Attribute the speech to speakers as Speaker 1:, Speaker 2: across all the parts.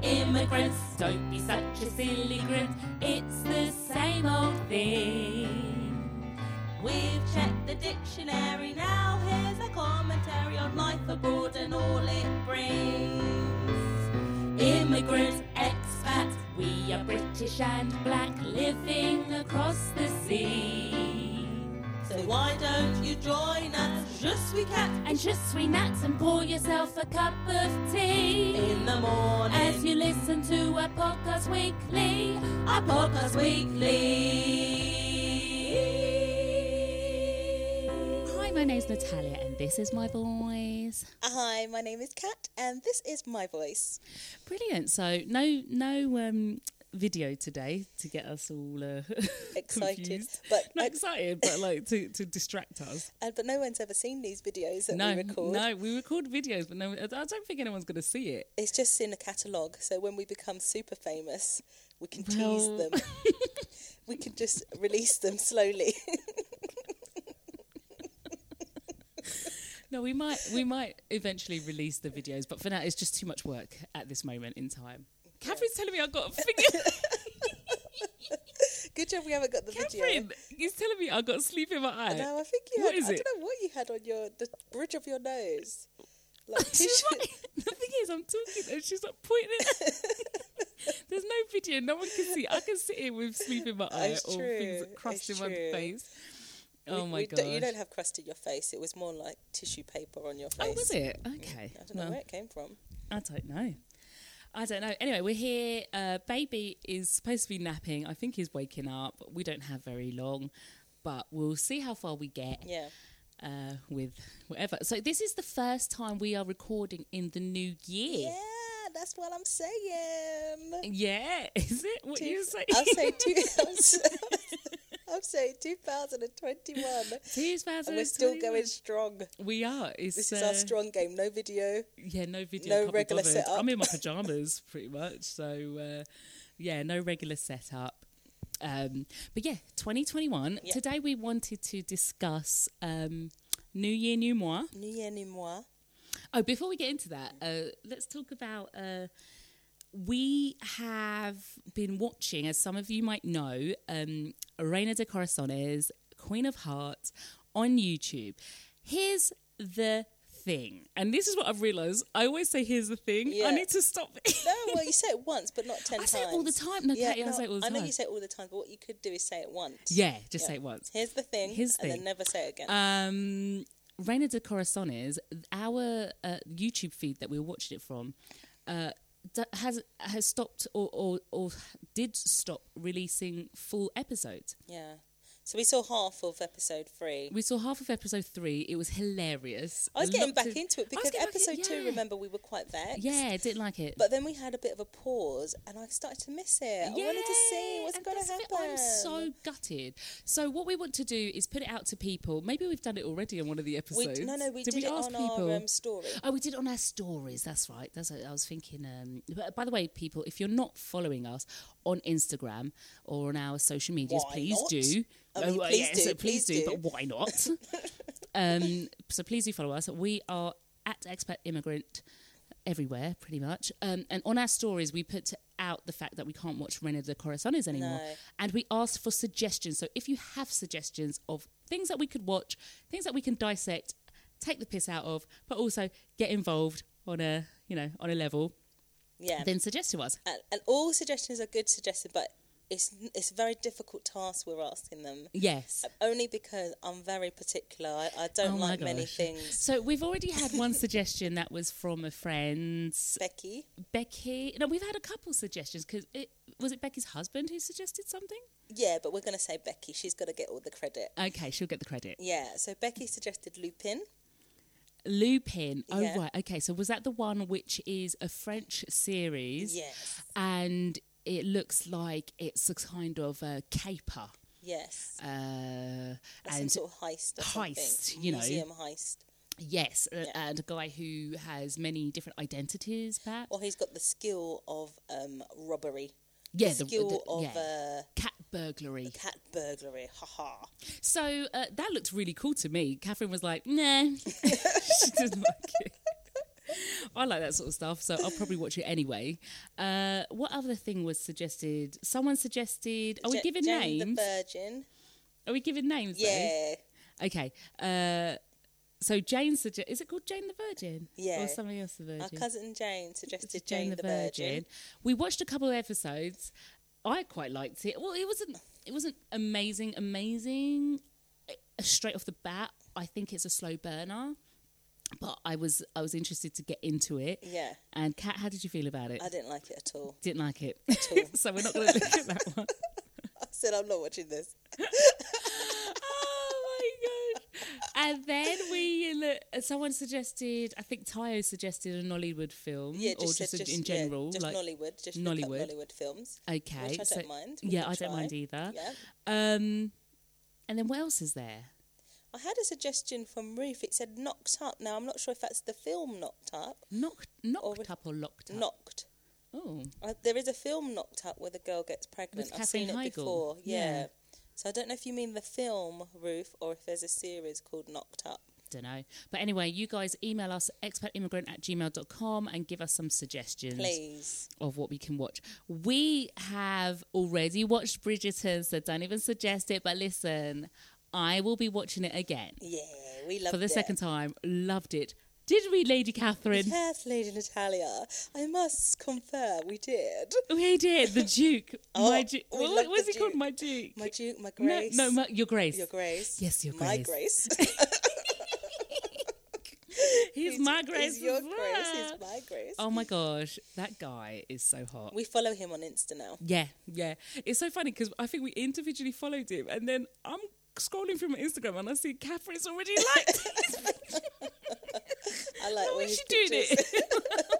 Speaker 1: difference. Don't be such a silly grit. It's the same old thing.
Speaker 2: We've checked the dictionary now. Here's a commentary on life abroad and all it brings.
Speaker 1: Immigrant, expat, we are British and black, living across the sea.
Speaker 2: So why don't you join us? Je suis cat
Speaker 1: and je suis nat, and pour yourself a cup of tea
Speaker 2: in the morning
Speaker 1: as you listen to our podcast weekly.
Speaker 2: Our podcast weekly.
Speaker 1: my name's Natalia, and this is my voice.
Speaker 3: Hi, my name is Kat, and this is my voice.
Speaker 1: Brilliant. So no, no um, video today to get us all uh,
Speaker 3: excited,
Speaker 1: confused.
Speaker 3: but
Speaker 1: not I, excited, but like to, to distract us.
Speaker 3: Uh, but no one's ever seen these videos that
Speaker 1: no,
Speaker 3: we record.
Speaker 1: No, we record videos, but no, I don't think anyone's going to see it.
Speaker 3: It's just in a catalogue. So when we become super famous, we can well. tease them. we can just release them slowly.
Speaker 1: No, we might we might eventually release the videos, but for now it's just too much work at this moment in time. Yeah. Catherine's telling me I've got a finger.
Speaker 3: Good job we haven't got the
Speaker 1: Catherine,
Speaker 3: video.
Speaker 1: He's telling me I've got sleep in my eye.
Speaker 3: No, I think you
Speaker 1: what
Speaker 3: had,
Speaker 1: is it?
Speaker 3: I don't know what you had on your the bridge of your nose.
Speaker 1: Like she's like, the thing is I'm talking and she's like pointing There's no video, no one can see. I can sit here with sleep in my eye
Speaker 3: it's
Speaker 1: or
Speaker 3: true,
Speaker 1: things crust in
Speaker 3: it's
Speaker 1: my
Speaker 3: true.
Speaker 1: face. Oh
Speaker 3: We-
Speaker 1: my
Speaker 3: we
Speaker 1: god!
Speaker 3: don't- you don't have crust in your face. It was more like tissue paper on your face.
Speaker 1: Oh, was it? Okay.
Speaker 3: I don't
Speaker 1: well,
Speaker 3: know where it came from.
Speaker 1: I don't know. I don't know. Anyway, we're here. Uh, baby is supposed to be napping. I think he's waking up. We don't have very long, but we'll see how far we get
Speaker 3: Yeah.
Speaker 1: uh, with whatever. So this is the first time we are recording in the new year.
Speaker 3: Yeah, that's what I'm saying.
Speaker 1: Yeah, is it what
Speaker 3: Two-
Speaker 1: you say?
Speaker 3: I'll say two. I'll say, I'll say 2021. And we're still
Speaker 1: 2021.
Speaker 3: going strong.
Speaker 1: We are. It's,
Speaker 3: This is
Speaker 1: uh,
Speaker 3: our strong game. No video.
Speaker 1: Yeah, no video.
Speaker 3: No
Speaker 1: can't be
Speaker 3: regular
Speaker 1: bothered.
Speaker 3: setup.
Speaker 1: I'm in my pajamas pretty much. So uh, yeah, no regular setup. Um, but yeah, 2021.
Speaker 3: Yeah.
Speaker 1: Today we wanted to discuss um, New Year, New Moi.
Speaker 3: Ni ye ni moi.
Speaker 1: Oh, before we get into that, uh, let's talk about. Uh, we have been watching, as some of you might know, um, Reina de Corazones, Queen of Hearts, on YouTube. Here's the thing, and this is what I've realised. I always say, "Here's the thing."
Speaker 3: Yeah.
Speaker 1: I need to stop.
Speaker 3: No, well, you say it once, but not ten
Speaker 1: I
Speaker 3: times.
Speaker 1: say it all the time. No, Katie, I say it all the
Speaker 3: I know
Speaker 1: time.
Speaker 3: you say it all the time, but what you could do is say it once.
Speaker 1: yeah, just
Speaker 3: Yeah.
Speaker 1: say it once.
Speaker 3: Here's the thing,
Speaker 1: Here's the
Speaker 3: and
Speaker 1: thing.
Speaker 3: then never say it again.
Speaker 1: Um, Reina de Corazones, our uh, YouTube feed that we were watching it from, uh, d- has has stopped or, or or did stop releasing full episodes.
Speaker 3: yeah. So we saw half of episode three.
Speaker 1: We saw half of episode three. It was hilarious.
Speaker 3: I was getting
Speaker 1: Lots
Speaker 3: back
Speaker 1: of-
Speaker 3: into it
Speaker 1: I was
Speaker 3: because
Speaker 1: getting back in-
Speaker 3: episode two,
Speaker 1: yeah.
Speaker 3: remember, we were quite vexed.
Speaker 1: Yeah, didn't like it.
Speaker 3: But then we had a bit of a pause, and I started to miss it. I wanted to see
Speaker 1: Yeah,
Speaker 3: what's
Speaker 1: and
Speaker 3: going to
Speaker 1: that's
Speaker 3: happen.
Speaker 1: it. I'm so gutted. So what we want to do is put it out to people. Maybe we've done it already on one of the
Speaker 3: We,
Speaker 1: episodes.
Speaker 3: no, no, we
Speaker 1: did
Speaker 3: did
Speaker 1: we
Speaker 3: it
Speaker 1: ask
Speaker 3: on
Speaker 1: people?
Speaker 3: our um, story.
Speaker 1: Oh, we did it on our stories. That's right. That's what I was thinking. Um, but by the way, people, if you're not following us on Instagram or on our social medias,
Speaker 3: Why
Speaker 1: please
Speaker 3: not?
Speaker 1: do.
Speaker 3: I mean,
Speaker 1: well,
Speaker 3: please
Speaker 1: yeah,
Speaker 3: do,
Speaker 1: so
Speaker 3: please do.
Speaker 1: But why not? um, so please do follow us. We are at Expat Immigrant everywhere, pretty much. Um, and on our stories, we put out the fact that we can't watch Reina de Corazones anymore.
Speaker 3: No.
Speaker 1: And we asked for suggestions. So if you have suggestions of things that we could watch, things that we can dissect, take the piss out of, but also get involved on a, you know, on a level,
Speaker 3: Yeah.
Speaker 1: then suggest to us.
Speaker 3: and, and all suggestions are good suggestions, but it's it's a very difficult task we're asking them.
Speaker 1: Yes.
Speaker 3: Only because I'm very particular. I, I don't
Speaker 1: Oh my
Speaker 3: like many
Speaker 1: gosh.
Speaker 3: things.
Speaker 1: So we've already had one suggestion that was from a friend,
Speaker 3: Becky,
Speaker 1: Becky. No, we've had a couple suggestions because it was it Becky's husband who suggested something.
Speaker 3: yeah, but we're going to say Becky. She's got to get all the credit.
Speaker 1: Okay, she'll get the credit.
Speaker 3: Yeah. So Becky suggested Lupin.
Speaker 1: Lupin. Oh
Speaker 3: Yeah.
Speaker 1: right. Okay. So was that the one which is a French series?
Speaker 3: Yes.
Speaker 1: And it looks like it's a kind of a caper.
Speaker 3: Yes.
Speaker 1: Uh,
Speaker 3: That's
Speaker 1: and
Speaker 3: some sort of heist. Or
Speaker 1: heist,
Speaker 3: Something.
Speaker 1: you know.
Speaker 3: Museum heist.
Speaker 1: yes, uh,
Speaker 3: Yeah.
Speaker 1: and a guy who has many different identities. Perhaps.
Speaker 3: Or he's got the skill of um, robbery.
Speaker 1: yeah.
Speaker 3: the skill of
Speaker 1: yeah.
Speaker 3: uh,
Speaker 1: cat burglary.
Speaker 3: cat burglary. Ha ha.
Speaker 1: So uh, that looked really cool to me. Catherine was like, nah, she didn't like it. I like that sort of stuff, so I'll probably watch it anyway. Uh, what other thing was suggested? Someone suggested. Are we
Speaker 3: Ja-
Speaker 1: giving
Speaker 3: Jane
Speaker 1: names?
Speaker 3: the Virgin.
Speaker 1: Are we giving names? though?
Speaker 3: Yeah.
Speaker 1: Okay. Uh, so Jane suggests. Is it called Jane the Virgin?
Speaker 3: Yeah.
Speaker 1: Or somebody else the Virgin?
Speaker 3: Our cousin Jane
Speaker 1: to
Speaker 3: suggested Jane, the Virgin.
Speaker 1: We watched a couple of episodes. I quite liked it. Well, it wasn't it wasn't amazing, amazing uh, straight off the bat. I think it's a slow burner, but I was I was interested to get into it.
Speaker 3: Yeah.
Speaker 1: And Kat, how did you feel about it?
Speaker 3: I didn't like it at all.
Speaker 1: Didn't like it,
Speaker 3: all.
Speaker 1: so we're not going to look at that one.
Speaker 3: I said, I'm not watching this.
Speaker 1: Oh my gosh! And then we uh, someone suggested. I think Tayo suggested a Nollywood film,
Speaker 3: Yeah,
Speaker 1: or
Speaker 3: just,
Speaker 1: just,
Speaker 3: said-
Speaker 1: in
Speaker 3: yeah,
Speaker 1: general,
Speaker 3: just
Speaker 1: like
Speaker 3: Nollywood. Just look up
Speaker 1: Nollywood.
Speaker 3: Nollywood films.
Speaker 1: okay,
Speaker 3: Which I
Speaker 1: so-
Speaker 3: don't mind. we
Speaker 1: Yeah,
Speaker 3: can
Speaker 1: I don't
Speaker 3: try.
Speaker 1: mind either.
Speaker 3: Yeah.
Speaker 1: Um, and then what else is there?
Speaker 3: I had a suggestion from Ruth. It said knocked up. Now I'm not sure if that's the film knocked up.
Speaker 1: Knocked, knocked
Speaker 3: with-
Speaker 1: up or locked up?
Speaker 3: Knocked.
Speaker 1: Oh,
Speaker 3: Uh, there is a film knocked up where the girl gets pregnant. I've
Speaker 1: Katherine
Speaker 3: seen it
Speaker 1: Heigl.
Speaker 3: before. Yeah.
Speaker 1: Yeah.
Speaker 3: So I don't know if you mean the film Ruth or if there's a series called Knocked Up.
Speaker 1: don't know. But anyway, you guys email us expatimmigrant at gmail.com and give us some suggestions
Speaker 3: Please.
Speaker 1: of what we can watch. We have already watched Bridgerton, so don't even suggest it. But listen, I will be watching it again
Speaker 3: Yeah, we love
Speaker 1: for the second time. Loved it. Did we, Lady Catherine?
Speaker 3: Yes, Lady Natalia. I must confer, we did.
Speaker 1: We did. The Duke.
Speaker 3: Oh,
Speaker 1: my Duke.
Speaker 3: we
Speaker 1: What
Speaker 3: love
Speaker 1: was
Speaker 3: the
Speaker 1: it called?
Speaker 3: Duke.
Speaker 1: My Duke.
Speaker 3: My Duke, my
Speaker 1: No,
Speaker 3: Grace.
Speaker 1: no, my, your Grace.
Speaker 3: Your Grace.
Speaker 1: Yes, Your
Speaker 3: My
Speaker 1: Grace.
Speaker 3: Grace.
Speaker 1: He's my Grace.
Speaker 3: He's your
Speaker 1: as
Speaker 3: Grace.
Speaker 1: well.
Speaker 3: He's my Grace.
Speaker 1: Oh my gosh, that guy is so hot.
Speaker 3: We follow him on Insta now.
Speaker 1: yeah, yeah. It's so funny because I think we individually followed him, and then I'm scrolling through my Instagram and I see Catherine's already liked. it.
Speaker 3: I like
Speaker 1: How
Speaker 3: all
Speaker 1: is
Speaker 3: his
Speaker 1: she doing
Speaker 3: pictures.
Speaker 1: it?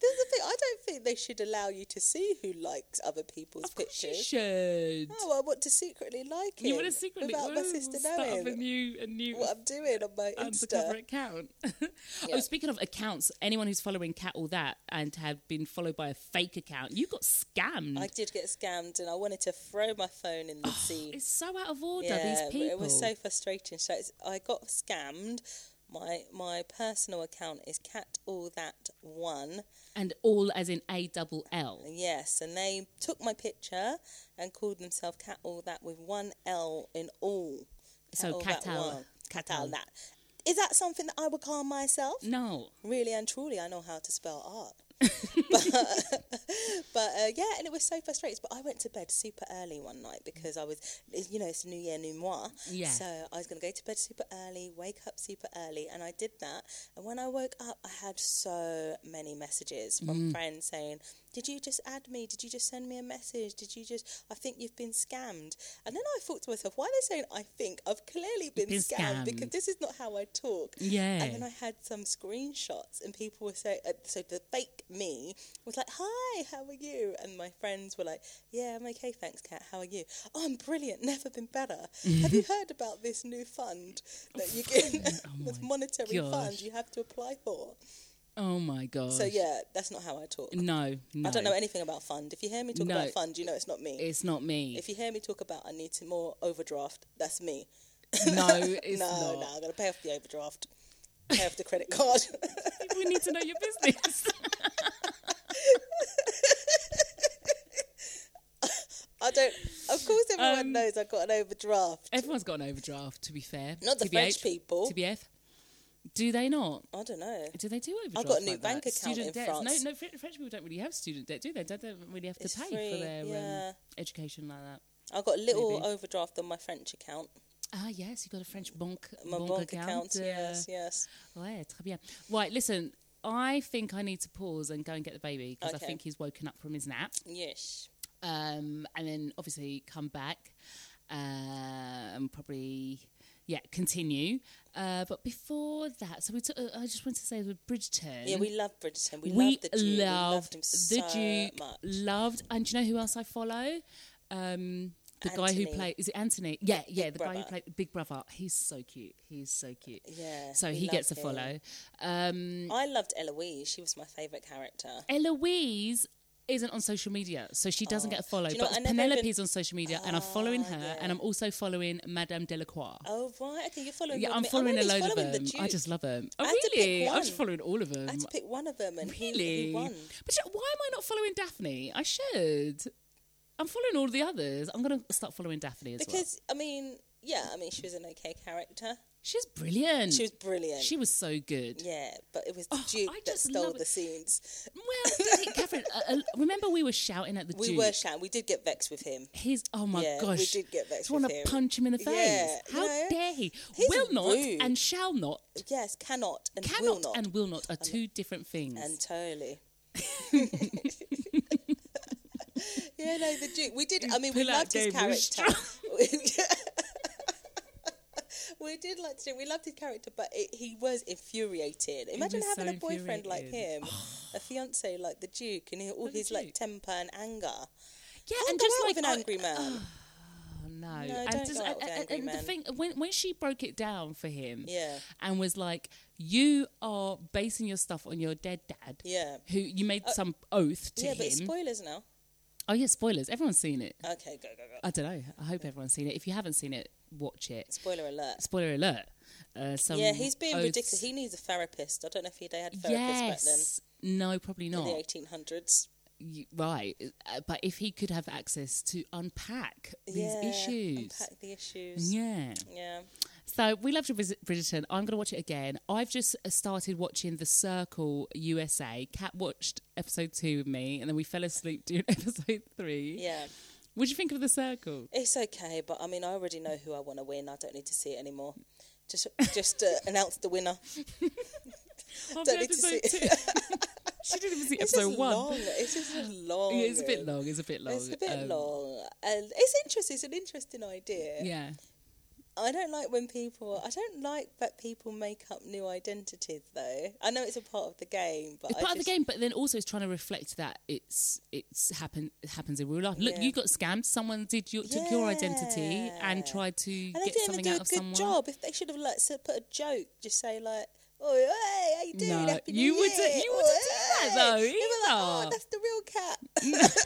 Speaker 3: There's the thing. I don't think they should allow you to see who likes other people's
Speaker 1: she
Speaker 3: pictures.
Speaker 1: should.
Speaker 3: Oh, I want to secretly like him.
Speaker 1: you want to secretly
Speaker 3: without my
Speaker 1: Ooh,
Speaker 3: sister
Speaker 1: start up a
Speaker 3: knowing
Speaker 1: new, a new
Speaker 3: what I'm doing on my
Speaker 1: undercover
Speaker 3: Insta.
Speaker 1: account.
Speaker 3: Yeah.
Speaker 1: Oh, speaking of accounts, anyone who's following Cat all that and have been followed by a fake account, you got scammed.
Speaker 3: I did get scammed, and I wanted to throw my phone
Speaker 1: Oh,
Speaker 3: in the sea.
Speaker 1: it's so out of order.
Speaker 3: yeah,
Speaker 1: these
Speaker 3: but
Speaker 1: people.
Speaker 3: it was so frustrating. So it's, I got scammed. My my personal account is cat all that one.
Speaker 1: and all as in A double L.
Speaker 3: Yes, and they took my picture and called themselves cat all that with one L in all.
Speaker 1: So
Speaker 3: all
Speaker 1: Cat
Speaker 3: that
Speaker 1: All-
Speaker 3: one.
Speaker 1: Cat
Speaker 3: cat all
Speaker 1: All.
Speaker 3: that. Is that something that I would call myself?
Speaker 1: No,
Speaker 3: really and truly I know how to spell art. but but uh, yeah, and it was so frustrating. But I went to bed super early one night because I was, you know, it's New Year, New Moi.
Speaker 1: Yeah.
Speaker 3: So I was going to go to bed super early, wake up super early, and I did that. And when I woke up, I had so many messages from friends saying, "Did you just add me? Did you just send me a message? Did you just? I think you've been scammed." And then I thought to myself, "Why are they saying I think? I've clearly been,
Speaker 1: Been
Speaker 3: scammed,
Speaker 1: scammed.
Speaker 3: because this is not how I talk."
Speaker 1: Yeah.
Speaker 3: And then I had some screenshots, and people were so uh, so the fake me was like, "Hi, how are you?" And my friends were like, "Yeah, I'm okay, thanks, Kat. How are you? Oh, I'm brilliant. Never been better. have you heard about this new fund that you can this monetary
Speaker 1: Oh gosh.
Speaker 3: fund you have to apply for?"
Speaker 1: oh my god.
Speaker 3: So yeah, that's not how I talk.
Speaker 1: no, no.
Speaker 3: I don't know anything about fund. If you hear me talk
Speaker 1: No.
Speaker 3: about fund, you know it's not me.
Speaker 1: It's not me.
Speaker 3: if you hear me talk about I need to more overdraft, that's me.
Speaker 1: no, it's
Speaker 3: no,
Speaker 1: not.
Speaker 3: no, I'm gonna pay off the overdraft. Pay off the credit card.
Speaker 1: We need to know your business.
Speaker 3: I don't. Of course, everyone
Speaker 1: Um,
Speaker 3: knows I've got an overdraft.
Speaker 1: Everyone's got an overdraft. To be fair,
Speaker 3: Not the
Speaker 1: TBH,
Speaker 3: French people.
Speaker 1: TBF. Do they not?
Speaker 3: I don't know.
Speaker 1: Do they do overdraft?
Speaker 3: got a new
Speaker 1: like
Speaker 3: bank
Speaker 1: that?
Speaker 3: account
Speaker 1: student
Speaker 3: in
Speaker 1: debt.
Speaker 3: France.
Speaker 1: No, no, French French people don't really have student debt, do they? Don't, don't really have to
Speaker 3: It's
Speaker 1: pay for
Speaker 3: free,
Speaker 1: their
Speaker 3: yeah.
Speaker 1: um, education like that.
Speaker 3: I've got a little
Speaker 1: Maybe.
Speaker 3: overdraft on my French account,
Speaker 1: Ah, yes, you got a French bank,
Speaker 3: my
Speaker 1: bank
Speaker 3: bank, account.
Speaker 1: uh,
Speaker 3: Yes, yes.
Speaker 1: Ouais, très bien. Right, listen, I think I need to pause and go and get the baby because I
Speaker 3: Okay.
Speaker 1: think he's woken up from his nap.
Speaker 3: Yes.
Speaker 1: Um, and then obviously come back uh, and probably, yeah, continue. Uh, but before that, so we took, uh, I just wanted to say with Bridgerton.
Speaker 3: Yeah, we love Bridgerton. We,
Speaker 1: we
Speaker 3: love
Speaker 1: loved
Speaker 3: the Duke. We loved him so
Speaker 1: the Duke.
Speaker 3: much.
Speaker 1: Loved, and do you know who else I follow? Um, the guy who
Speaker 3: Anthony.
Speaker 1: played is it Anthony? Yeah, yeah, the guy who
Speaker 3: Brother.
Speaker 1: played Big Brother. He's so cute. He's so cute.
Speaker 3: Yeah,
Speaker 1: So
Speaker 3: we
Speaker 1: he
Speaker 3: love
Speaker 1: gets a
Speaker 3: him.
Speaker 1: follow. Um,
Speaker 3: I loved Eloise. She was my favourite character.
Speaker 1: Eloise, isn't on social media, so she doesn't get a follow.
Speaker 3: Oh, Do you know
Speaker 1: but
Speaker 3: what? I never
Speaker 1: Penelope's
Speaker 3: even-
Speaker 1: on social media, and I'm following
Speaker 3: Ah,
Speaker 1: her,
Speaker 3: yeah.
Speaker 1: and I'm also following Madame Delacroix.
Speaker 3: Oh right, okay, you're following.
Speaker 1: yeah,
Speaker 3: more
Speaker 1: I'm
Speaker 3: than me.
Speaker 1: following a
Speaker 3: I'm
Speaker 1: load
Speaker 3: only
Speaker 1: of
Speaker 3: following the
Speaker 1: them. I
Speaker 3: Duke.
Speaker 1: just love them. Oh,
Speaker 3: I had to pick
Speaker 1: really? I'm just
Speaker 3: one.
Speaker 1: following all of them.
Speaker 3: I had to pick one of them, and he-
Speaker 1: Really?
Speaker 3: he won.
Speaker 1: But you know, why am I not following Daphne? I should. I'm following all the others. I'm going to start following Daphne as well.
Speaker 3: Because I mean, yeah, I mean, she was an okay character.
Speaker 1: She's brilliant.
Speaker 3: She was brilliant.
Speaker 1: Mm. She was so good.
Speaker 3: yeah, but it was the
Speaker 1: Oh,
Speaker 3: Duke
Speaker 1: I
Speaker 3: that
Speaker 1: just
Speaker 3: stole
Speaker 1: love it.
Speaker 3: the scenes.
Speaker 1: Well, did he- Catherine, uh, uh, remember we were shouting at the
Speaker 3: We
Speaker 1: Duke.
Speaker 3: were shouting. We did get vexed with him.
Speaker 1: His oh my
Speaker 3: Yeah, we
Speaker 1: gosh,
Speaker 3: did get vexed
Speaker 1: I want
Speaker 3: with
Speaker 1: to
Speaker 3: him.
Speaker 1: punch him in the face.
Speaker 3: Yeah,
Speaker 1: How
Speaker 3: no.
Speaker 1: dare he?
Speaker 3: He's
Speaker 1: will not
Speaker 3: rude.
Speaker 1: and shall not,
Speaker 3: Yes, cannot and
Speaker 1: cannot
Speaker 3: will not,
Speaker 1: and will not are two different things.
Speaker 3: and totally. yeah, no, the Duke. We did. I mean, we
Speaker 1: pull out
Speaker 3: loved his
Speaker 1: Game of
Speaker 3: character. we did like to do. We loved his character, but it, he was infuriated. Imagine
Speaker 1: was
Speaker 3: having
Speaker 1: so
Speaker 3: a boyfriend like
Speaker 1: infuriated.
Speaker 3: him, a fiance like the Duke, and he- all
Speaker 1: Like the
Speaker 3: his like
Speaker 1: Duke.
Speaker 3: temper and anger.
Speaker 1: yeah,
Speaker 3: Can't
Speaker 1: and
Speaker 3: go
Speaker 1: just
Speaker 3: out
Speaker 1: like
Speaker 3: with
Speaker 1: oh,
Speaker 3: an angry man.
Speaker 1: oh, no,
Speaker 3: No,
Speaker 1: and
Speaker 3: don't
Speaker 1: just
Speaker 3: go out
Speaker 1: and,
Speaker 3: with an
Speaker 1: and-
Speaker 3: angry
Speaker 1: and the
Speaker 3: man.
Speaker 1: thing when when she broke it down for him,
Speaker 3: Yeah.
Speaker 1: and was like, "You are basing your stuff on your dead dad,
Speaker 3: Yeah. Uh,
Speaker 1: who you made some oath to
Speaker 3: yeah,
Speaker 1: him."
Speaker 3: but spoilers now.
Speaker 1: oh yeah, spoilers. Everyone's seen it.
Speaker 3: Okay, go go go.
Speaker 1: I don't know. I hope everyone's seen it. If you haven't seen it, watch it.
Speaker 3: Spoiler alert.
Speaker 1: spoiler alert. Uh, some
Speaker 3: yeah, he's being
Speaker 1: oaths-
Speaker 3: ridiculous. He needs a therapist. I don't know if he, they had therapists
Speaker 1: yes. Oh. No, probably
Speaker 3: back then
Speaker 1: not.
Speaker 3: in the 1800s.
Speaker 1: You- Right. Uh, But if he could have access to unpack these
Speaker 3: yeah,
Speaker 1: issues.
Speaker 3: Unpack the issues. Yeah.
Speaker 1: Yeah. So we loved Brid- Bridgerton. I'm going to watch it again. I've just uh, started watching The Circle USA. Kat watched episode two with me, and then we fell asleep during episode three.
Speaker 3: Yeah.
Speaker 1: What do you think of The Circle?
Speaker 3: It's okay, but I mean, I already know who I want to win. I don't need to see it anymore. Just, just uh, announce the winner.
Speaker 1: After
Speaker 3: need to
Speaker 1: episode
Speaker 3: see
Speaker 1: two. she didn't even see
Speaker 3: It's
Speaker 1: episode
Speaker 3: just
Speaker 1: one.
Speaker 3: long. It's just long.
Speaker 1: Yeah, it's a bit long. It's a bit long.
Speaker 3: It's a bit
Speaker 1: Um,
Speaker 3: long, and it's interesting. It's an interesting idea.
Speaker 1: Yeah.
Speaker 3: I don't like when people. I don't like that people make up new identities, though. I know it's a part of the game, but
Speaker 1: It's
Speaker 3: I
Speaker 1: part of
Speaker 3: just-
Speaker 1: the game, but then also it's trying to reflect that it's it's happen it happens in real life. Look,
Speaker 3: Yeah.
Speaker 1: you got scammed. Someone did your took your identity and
Speaker 3: Yeah.
Speaker 1: tried to
Speaker 3: And they
Speaker 1: get
Speaker 3: didn't
Speaker 1: something
Speaker 3: even do
Speaker 1: out
Speaker 3: a
Speaker 1: of
Speaker 3: good
Speaker 1: someone.
Speaker 3: job. If they should have like said- put a joke, just say like, "Oh, hey, how you doing?
Speaker 1: No,
Speaker 3: Happy
Speaker 1: you
Speaker 3: New
Speaker 1: wouldn't-
Speaker 3: Year."
Speaker 1: you
Speaker 3: Oh,
Speaker 1: wouldn't do that,
Speaker 3: hey.
Speaker 1: though,
Speaker 3: They were like,
Speaker 1: either.
Speaker 3: "Oh, that's the real cat."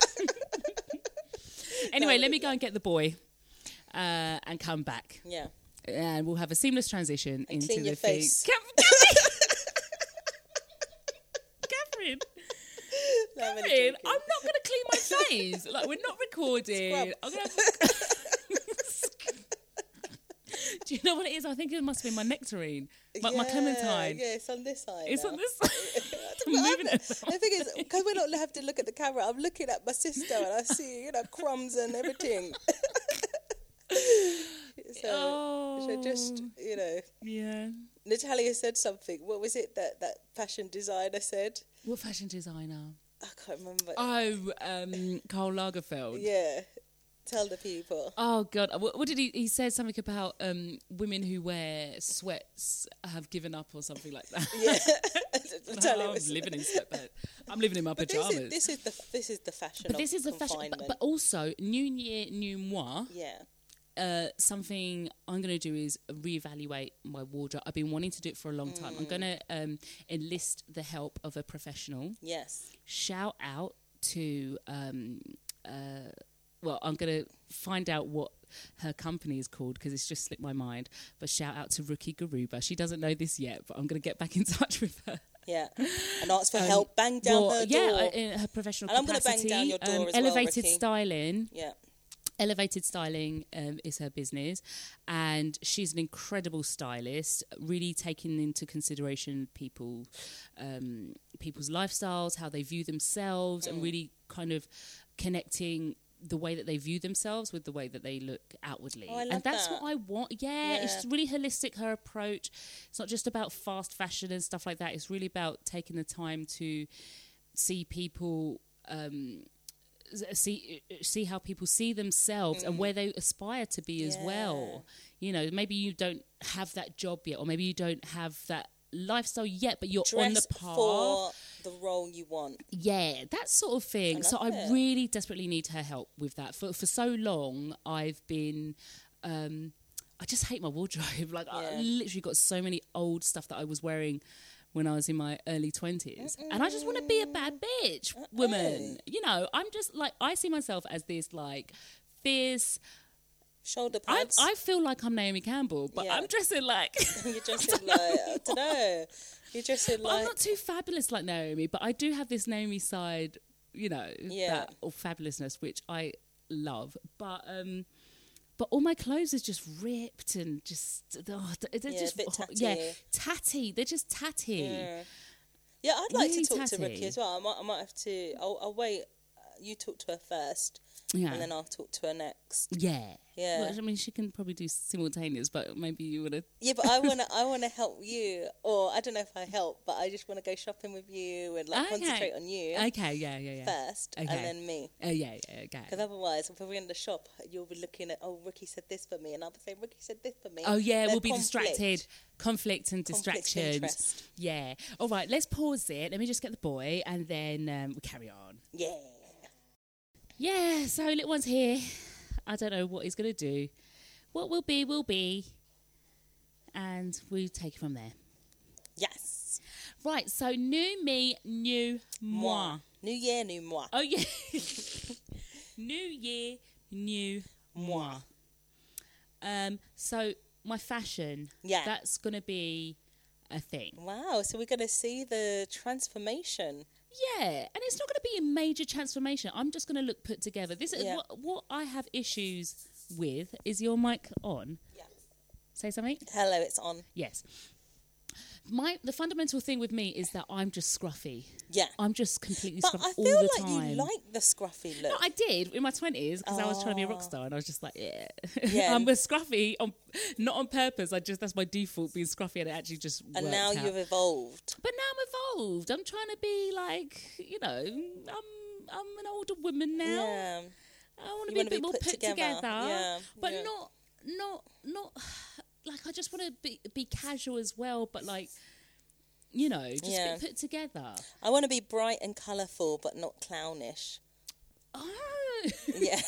Speaker 1: Anyway,
Speaker 3: No,
Speaker 1: let me go and get the boy. Uh, and come back,
Speaker 3: yeah,
Speaker 1: and we'll have a seamless transition into
Speaker 3: clean
Speaker 1: the
Speaker 3: your
Speaker 1: thing.
Speaker 3: face.
Speaker 1: Cath- Catherine,
Speaker 3: No, I'm only
Speaker 1: Catherine,
Speaker 3: joking.
Speaker 1: I'm not going to clean my face. like we're not recording.
Speaker 3: Scrub.
Speaker 1: I'm going to. Do you know what it is? I think it must be my nectarine, my, my
Speaker 3: Yeah,
Speaker 1: clementine.
Speaker 3: Yeah, it's on this side.
Speaker 1: It's
Speaker 3: now.
Speaker 1: on this side. I'm
Speaker 3: But I'm
Speaker 1: moving
Speaker 3: not-
Speaker 1: it.
Speaker 3: The thing is, because we don't have to look at the camera, I'm looking at my sister and I see, you know, crumbs and everything. so,
Speaker 1: oh,
Speaker 3: so just, you know,
Speaker 1: yeah.
Speaker 3: Natalia said something. What was it that that fashion designer said?
Speaker 1: What fashion designer?
Speaker 3: I can't remember.
Speaker 1: Oh, um, Karl Lagerfeld.
Speaker 3: yeah, tell the people.
Speaker 1: Oh God! What, what did he? He said something about um, women who wear sweats have given up or something like that.
Speaker 3: Yeah, tell
Speaker 1: I'm
Speaker 3: us.
Speaker 1: living in sweatpants. I'm living in my
Speaker 3: But
Speaker 1: pajamas.
Speaker 3: This is, this is the this is the fashion.
Speaker 1: but
Speaker 3: of
Speaker 1: this is a fashion. But,
Speaker 3: confinement.
Speaker 1: but also, new year, new moi.
Speaker 3: yeah,
Speaker 1: uh, something I'm going to do is reevaluate my wardrobe. I've been wanting to do it for a long
Speaker 3: Mm.
Speaker 1: time. I'm going to um, enlist the help of a professional.
Speaker 3: yes,
Speaker 1: Shout out to, um, uh, well, I'm going to find out what her company is called because it's just slipped my mind. But shout out to Rookie Garuba. She doesn't know this yet, but I'm going to get back in touch with her.
Speaker 3: yeah, and ask for help. Bang down
Speaker 1: Um, Well,
Speaker 3: her
Speaker 1: yeah,
Speaker 3: door.
Speaker 1: uh, in her professional
Speaker 3: And I'm gonna bang
Speaker 1: capacity. um,
Speaker 3: down your door as well,
Speaker 1: elevated
Speaker 3: Ricky.
Speaker 1: styling.
Speaker 3: yeah,
Speaker 1: Elevated Styling um, is her business, and she's an incredible stylist. Really taking into consideration people, um, people's lifestyles, how they view themselves,
Speaker 3: Mm.
Speaker 1: and really kind of connecting the way that they view themselves with the way that they look outwardly.
Speaker 3: Oh, I love
Speaker 1: and that's
Speaker 3: that.
Speaker 1: what I want. Yeah, it's
Speaker 3: Yeah.
Speaker 1: really holistic her approach. It's not just about fast fashion and stuff like that. It's really about taking the time to see people um, s- see uh, see how people see themselves
Speaker 3: Mm.
Speaker 1: and where they aspire to be as well. You know, maybe you don't have that job yet, or maybe you don't have that lifestyle yet, but you're on the
Speaker 3: dress
Speaker 1: path.
Speaker 3: for the role you want.
Speaker 1: Yeah, that sort of thing.
Speaker 3: I
Speaker 1: so
Speaker 3: love
Speaker 1: I
Speaker 3: it.
Speaker 1: really desperately need her help with that. For for so long, I've been. Um, I just hate my wardrobe. Like I
Speaker 3: Yeah.
Speaker 1: literally got so many old stuff that I was wearing when I was in my early 20s. And I just want to be a bad bitch
Speaker 3: Uh-uh.
Speaker 1: woman. You know, I'm just like, I see myself as this like fierce.
Speaker 3: Shoulder
Speaker 1: I,
Speaker 3: pads.
Speaker 1: I feel like I'm Naomi Campbell, but
Speaker 3: Yeah.
Speaker 1: I'm dressing like.
Speaker 3: You're just in like, I don't know. You're just in
Speaker 1: But I'm
Speaker 3: like,
Speaker 1: not too fabulous like Naomi, but I do have this Naomi side, you know,
Speaker 3: Yeah.
Speaker 1: that or fabulousness which I love. But um but all my clothes are just ripped and just oh, they're
Speaker 3: Yeah, a
Speaker 1: just
Speaker 3: bit
Speaker 1: ho- yeah,
Speaker 3: tatty. Mm.
Speaker 1: tatty. They're just tatty.
Speaker 3: yeah, I'd like
Speaker 1: really
Speaker 3: to talk to
Speaker 1: tatty.
Speaker 3: Ricky as well. I might, I might have to, I'll, I'll wait. Uh, You talk to her first,
Speaker 1: Yeah.
Speaker 3: and then I'll talk to her next.
Speaker 1: yeah.
Speaker 3: Yeah.
Speaker 1: Well, I mean, she can probably do simultaneous, but maybe you want to.
Speaker 3: Yeah, but I wanna, I wanna help you, or I don't know if I help, but I just wanna go shopping with you and like
Speaker 1: Okay.
Speaker 3: concentrate on you
Speaker 1: Okay, yeah, yeah, yeah.
Speaker 3: first,
Speaker 1: Okay.
Speaker 3: and then me.
Speaker 1: Oh, yeah, yeah, okay.
Speaker 3: Because otherwise, if we're in the shop, you'll be looking at, oh, Ricky said this for me, and I'll be saying, Ricky said this for me.
Speaker 1: Oh yeah,
Speaker 3: They're
Speaker 1: we'll be
Speaker 3: conflict.
Speaker 1: distracted. Conflict and
Speaker 3: Conflict of
Speaker 1: distractions.
Speaker 3: interest.
Speaker 1: Yeah. All right, let's pause it. Let me just get the boy and then um, we carry on.
Speaker 3: Yeah.
Speaker 1: Yeah, so little one's here. I don't know what he's going to do. What will be, will be. And we take it from there.
Speaker 3: Yes.
Speaker 1: Right, so new me, new moi.
Speaker 3: New year, new moi.
Speaker 1: Oh, yeah. new year, new moi. Um, so my fashion,
Speaker 3: Yeah.
Speaker 1: that's going to be a thing.
Speaker 3: Wow, so we're going to see the transformation.
Speaker 1: Yeah, and it's not going to be a major transformation. I'm just going to look put together. This is
Speaker 3: Yeah.
Speaker 1: what, what I have issues with. Is your mic on?
Speaker 3: Yeah.
Speaker 1: Say something.
Speaker 3: Hello, it's on.
Speaker 1: Yes. My the fundamental thing with me is that I'm just scruffy.
Speaker 3: Yeah.
Speaker 1: I'm just completely
Speaker 3: But
Speaker 1: scruffy
Speaker 3: I
Speaker 1: all
Speaker 3: feel
Speaker 1: the
Speaker 3: like
Speaker 1: time.
Speaker 3: you like the scruffy
Speaker 1: No,
Speaker 3: look.
Speaker 1: I did in my twenties because I was trying to be a rock star, and I was just like, yeah,
Speaker 3: Ah. Yeah.
Speaker 1: I'm a scruffy, on, not on purpose. I just that's my default being scruffy, and it actually just.
Speaker 3: and
Speaker 1: works
Speaker 3: now
Speaker 1: out.
Speaker 3: you've evolved.
Speaker 1: But now I'm evolved. I'm trying to be like, you know, I'm I'm an older woman now.
Speaker 3: Yeah.
Speaker 1: I want to be a
Speaker 3: You wanna
Speaker 1: bit
Speaker 3: be
Speaker 1: more put,
Speaker 3: put
Speaker 1: together,
Speaker 3: together. Yeah,
Speaker 1: but
Speaker 3: yeah.
Speaker 1: not not not like I just want to be be casual as well, but like you know, just
Speaker 3: Yeah.
Speaker 1: be put together.
Speaker 3: I want to be bright and colourful, but not clownish.
Speaker 1: Oh,
Speaker 3: Yeah.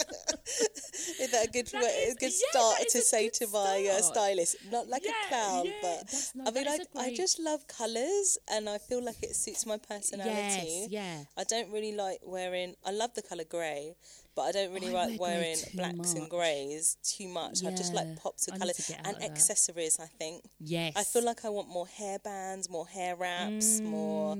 Speaker 3: is that a good,
Speaker 1: That
Speaker 3: way,
Speaker 1: is-
Speaker 3: a good
Speaker 1: yeah,
Speaker 3: start
Speaker 1: that is
Speaker 3: to
Speaker 1: a
Speaker 3: say
Speaker 1: good
Speaker 3: to my uh,
Speaker 1: start.
Speaker 3: stylist? Not like
Speaker 1: Yeah,
Speaker 3: a clown,
Speaker 1: yeah,
Speaker 3: but
Speaker 1: that's- no,
Speaker 3: I mean,
Speaker 1: that
Speaker 3: I,
Speaker 1: is a
Speaker 3: I
Speaker 1: great-
Speaker 3: just love colours, and I feel like it suits my personality.
Speaker 1: yes, yeah.
Speaker 3: I don't really like wearing. I love the color grey, but I don't really
Speaker 1: I
Speaker 3: like
Speaker 1: wear grey
Speaker 3: wearing
Speaker 1: too
Speaker 3: blacks
Speaker 1: much.
Speaker 3: and greys too much. I just
Speaker 1: Yeah,
Speaker 3: like pops
Speaker 1: I
Speaker 3: of
Speaker 1: need
Speaker 3: color
Speaker 1: to get out
Speaker 3: and
Speaker 1: of that.
Speaker 3: accessories. I think
Speaker 1: Yes,
Speaker 3: I feel like I want more hair bands, more hair wraps,
Speaker 1: Mm.
Speaker 3: more.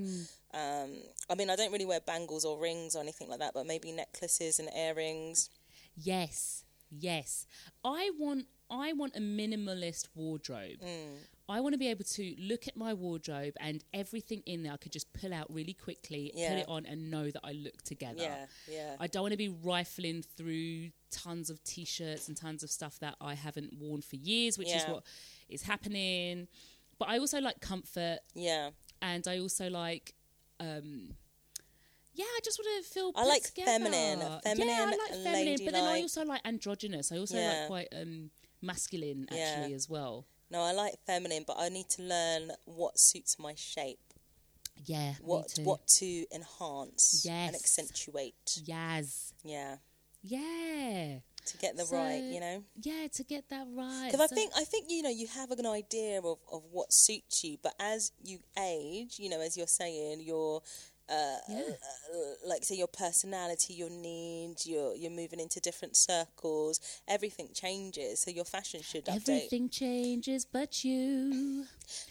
Speaker 3: Um, I mean, I don't really wear bangles or rings or anything like that, but maybe necklaces and earrings.
Speaker 1: Yes, yes. I want I want a minimalist wardrobe.
Speaker 3: Mm.
Speaker 1: I want to be able to look at my wardrobe and everything in there I could just pull out really quickly,
Speaker 3: Yeah.
Speaker 1: put it on and know that I look together.
Speaker 3: Yeah, yeah.
Speaker 1: I don't want to be rifling through tons of t-shirts and tons of stuff that I haven't worn for years, which is
Speaker 3: Yeah.
Speaker 1: what is happening. But I also like comfort
Speaker 3: Yeah,
Speaker 1: and I also like um yeah, I just want to feel.
Speaker 3: I
Speaker 1: put
Speaker 3: like
Speaker 1: together.
Speaker 3: feminine, feminine
Speaker 1: Yeah, I like
Speaker 3: and
Speaker 1: feminine, but then I
Speaker 3: ladylike.
Speaker 1: also like androgynous. I also like
Speaker 3: Yeah.
Speaker 1: quite um, masculine
Speaker 3: Yeah.
Speaker 1: actually as well.
Speaker 3: no, I like feminine, but I need to learn what suits my shape,
Speaker 1: Yeah,
Speaker 3: what
Speaker 1: me too.
Speaker 3: what to enhance
Speaker 1: Yes.
Speaker 3: and accentuate.
Speaker 1: Yaz.
Speaker 3: Yeah,
Speaker 1: Yeah,
Speaker 3: to get the
Speaker 1: So-
Speaker 3: right, you know.
Speaker 1: yeah. To get that right,
Speaker 3: Because
Speaker 1: So-
Speaker 3: I think I think you know you have an idea of, of what suits you, but as you age, you know, as you're saying, your uh,
Speaker 1: Yeah.
Speaker 3: uh, like say your personality, your needs, you're you're moving into different circles, everything changes. So your fashion should update.
Speaker 1: everything changes, but you.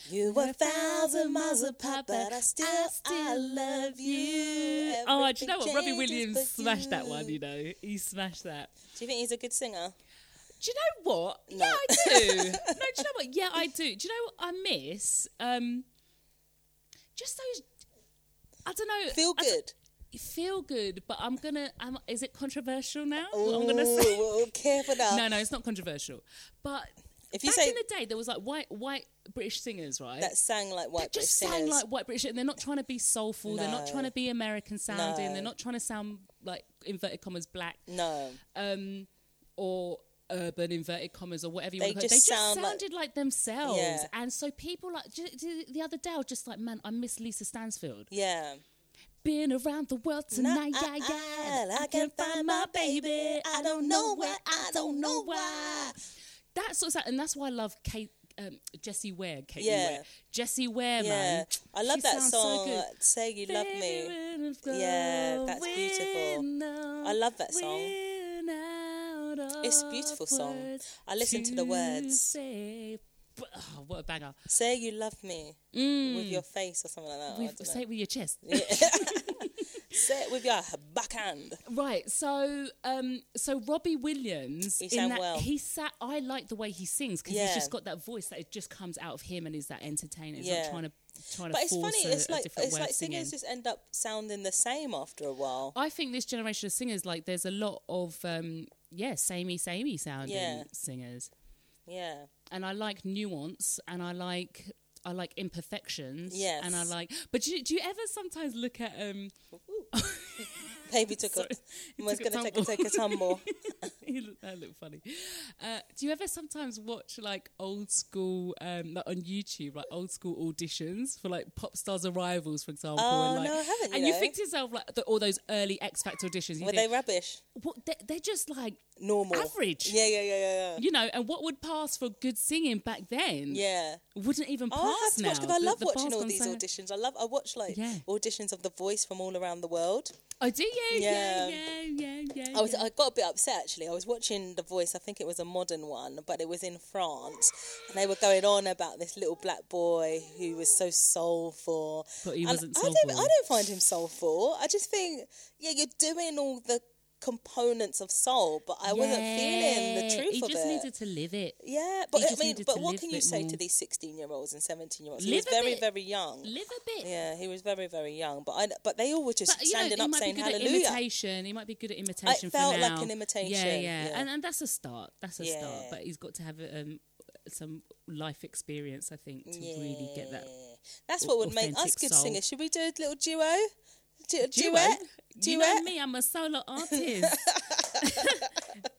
Speaker 3: You were a thousand miles apart, but I still I, love you.
Speaker 1: Oh, do you
Speaker 3: Everything
Speaker 1: know what? Robbie
Speaker 3: changes
Speaker 1: Williams
Speaker 3: but
Speaker 1: smashed that one.
Speaker 3: you.
Speaker 1: You know, he smashed that.
Speaker 3: Do you think he's a good singer?
Speaker 1: Do you know what? Yeah, I do. no, do you know what? Yeah, I do. Do you know what I miss? Um, just those. I don't know.
Speaker 3: Feel
Speaker 1: I don't-
Speaker 3: good.
Speaker 1: feel good, but I'm gonna. I'm, is it controversial now? what I'm gonna say.
Speaker 3: Oh, careful now.
Speaker 1: No, no, it's not controversial. But
Speaker 3: If you
Speaker 1: back
Speaker 3: say-
Speaker 1: in the day, there was like white white British singers, right?
Speaker 3: That sang like
Speaker 1: they
Speaker 3: white
Speaker 1: just sang
Speaker 3: British singers.
Speaker 1: like white British, and they're not trying to be soulful. They're not
Speaker 3: No.
Speaker 1: trying to be American sounding.
Speaker 3: No.
Speaker 1: They're not trying to sound like inverted commas black
Speaker 3: no.
Speaker 1: um, or urban inverted commas or whatever you
Speaker 3: They
Speaker 1: want to call it. They
Speaker 3: just
Speaker 1: just
Speaker 3: sound like-
Speaker 1: sounded like, themselves.
Speaker 3: Yeah.
Speaker 1: And so people like ju- ju- the other day, I was just like, man, I miss Lisa Stansfield.
Speaker 3: Yeah.
Speaker 1: Been around the world tonight, yeah, yeah.
Speaker 3: I can't find my baby. I don't know where. I don't know why.
Speaker 1: That sort of sound, and that's why I love Kate. um, Jessie Ware, Kate
Speaker 3: Yeah.
Speaker 1: Ware, Jessie Ware,
Speaker 3: yeah,
Speaker 1: man.
Speaker 3: I love
Speaker 1: She
Speaker 3: that
Speaker 1: sounds so
Speaker 3: song.
Speaker 1: good.
Speaker 3: Say you love me.
Speaker 1: Favorite of
Speaker 3: Yeah, that's
Speaker 1: going
Speaker 3: beautiful.
Speaker 1: out,
Speaker 3: I love that song.
Speaker 1: when out
Speaker 3: It's a
Speaker 1: of
Speaker 3: beautiful song.
Speaker 1: words
Speaker 3: I listen to the words.
Speaker 1: say- Oh, what a banger.
Speaker 3: Say you love me
Speaker 1: Mm.
Speaker 3: with your face or something like that. I
Speaker 1: With-
Speaker 3: don't know.
Speaker 1: say it with your chest.
Speaker 3: Say it with your backhand.
Speaker 1: Right. So, um, so Robbie Williams,
Speaker 3: He
Speaker 1: in
Speaker 3: sang
Speaker 1: that,
Speaker 3: well.
Speaker 1: he sat. I like the way he sings because
Speaker 3: Yeah.
Speaker 1: he's just got that voice that it just comes out of him and is that entertaining. It's
Speaker 3: Yeah.
Speaker 1: not trying to trying
Speaker 3: But
Speaker 1: to
Speaker 3: it's
Speaker 1: force
Speaker 3: funny.
Speaker 1: a,
Speaker 3: It's
Speaker 1: a
Speaker 3: like
Speaker 1: different
Speaker 3: it's
Speaker 1: way
Speaker 3: like
Speaker 1: of singing. Oh.
Speaker 3: singers just end up sounding the same after a while.
Speaker 1: I think this generation of singers, like, there's a lot of um, yeah, samey, samey sounding
Speaker 3: Yeah.
Speaker 1: singers,
Speaker 3: Yeah,
Speaker 1: and I like nuance, and I like. I like imperfections,
Speaker 3: Yes.
Speaker 1: and I like. But do you, do you ever sometimes look at um?
Speaker 3: baby took
Speaker 1: Sorry,
Speaker 3: a
Speaker 1: he
Speaker 3: was
Speaker 1: took a
Speaker 3: gonna take a
Speaker 1: tumble.
Speaker 3: take a tumble.
Speaker 1: You look- that looked funny. Uh, do you ever sometimes watch like old school, um, like on YouTube, like old school auditions for like pop stars arrivals, for example?
Speaker 3: Oh,
Speaker 1: and, like,
Speaker 3: no, I haven't, you
Speaker 1: and you
Speaker 3: know.
Speaker 1: think to yourself like the, all those early X Factor auditions. You
Speaker 3: Were they
Speaker 1: think,
Speaker 3: rubbish?
Speaker 1: what, they're, they're just like
Speaker 3: Normal.
Speaker 1: average,
Speaker 3: Yeah, yeah, yeah, yeah, yeah.
Speaker 1: you know. And what would pass for good singing back then?
Speaker 3: Yeah.
Speaker 1: wouldn't even pass
Speaker 3: Oh, I have to
Speaker 1: now.
Speaker 3: watch because I
Speaker 1: The-
Speaker 3: love
Speaker 1: the
Speaker 3: watching
Speaker 1: bar's
Speaker 3: all
Speaker 1: gone
Speaker 3: these
Speaker 1: so-
Speaker 3: auditions. I love I watch like
Speaker 1: Yeah.
Speaker 3: auditions of The Voice from all around the world.
Speaker 1: Oh, do you? Yeah,
Speaker 3: Yeah. Oh,
Speaker 1: yeah, yeah, yeah.
Speaker 3: I was
Speaker 1: yeah.
Speaker 3: I got a bit upset actually. I was watching The Voice. I think it was a modern one, but it was in France, and they were going on about this little black boy who was so soulful.
Speaker 1: But he
Speaker 3: And
Speaker 1: wasn't
Speaker 3: I don't, I
Speaker 1: soulful.
Speaker 3: don't find him soulful. I just think, yeah, you're doing all the components of soul, but I wasn't feeling the
Speaker 1: Yeah,
Speaker 3: truth
Speaker 1: He
Speaker 3: of
Speaker 1: just
Speaker 3: it.
Speaker 1: needed to live it.
Speaker 3: yeah, but
Speaker 1: he
Speaker 3: I
Speaker 1: just
Speaker 3: mean,
Speaker 1: needed
Speaker 3: but
Speaker 1: to
Speaker 3: what
Speaker 1: live
Speaker 3: can
Speaker 1: a
Speaker 3: you
Speaker 1: bit
Speaker 3: say to
Speaker 1: more.
Speaker 3: these sixteen-year-olds and seventeen-year-olds? He was
Speaker 1: Live a
Speaker 3: very,
Speaker 1: bit.
Speaker 3: very young.
Speaker 1: Live a bit.
Speaker 3: Yeah, he was very, very young. But I, but they all were just
Speaker 1: But you know,
Speaker 3: standing
Speaker 1: he
Speaker 3: up
Speaker 1: might
Speaker 3: saying
Speaker 1: be good
Speaker 3: hallelujah.
Speaker 1: at imitation. He might be good at imitation.
Speaker 3: felt
Speaker 1: for
Speaker 3: like
Speaker 1: now.
Speaker 3: an imitation,
Speaker 1: Yeah, yeah,
Speaker 3: yeah.
Speaker 1: And, and that's a start. That's a start.
Speaker 3: Yeah.
Speaker 1: But he's got to have um, some life experience, I think, to really get that.
Speaker 3: Yeah. That's what would make us
Speaker 1: authentic
Speaker 3: good
Speaker 1: soul.
Speaker 3: singers. Should we do a little duo? Du-
Speaker 1: Duo?
Speaker 3: duet?
Speaker 1: You
Speaker 3: Duet?
Speaker 1: know me. I'm a solo artist.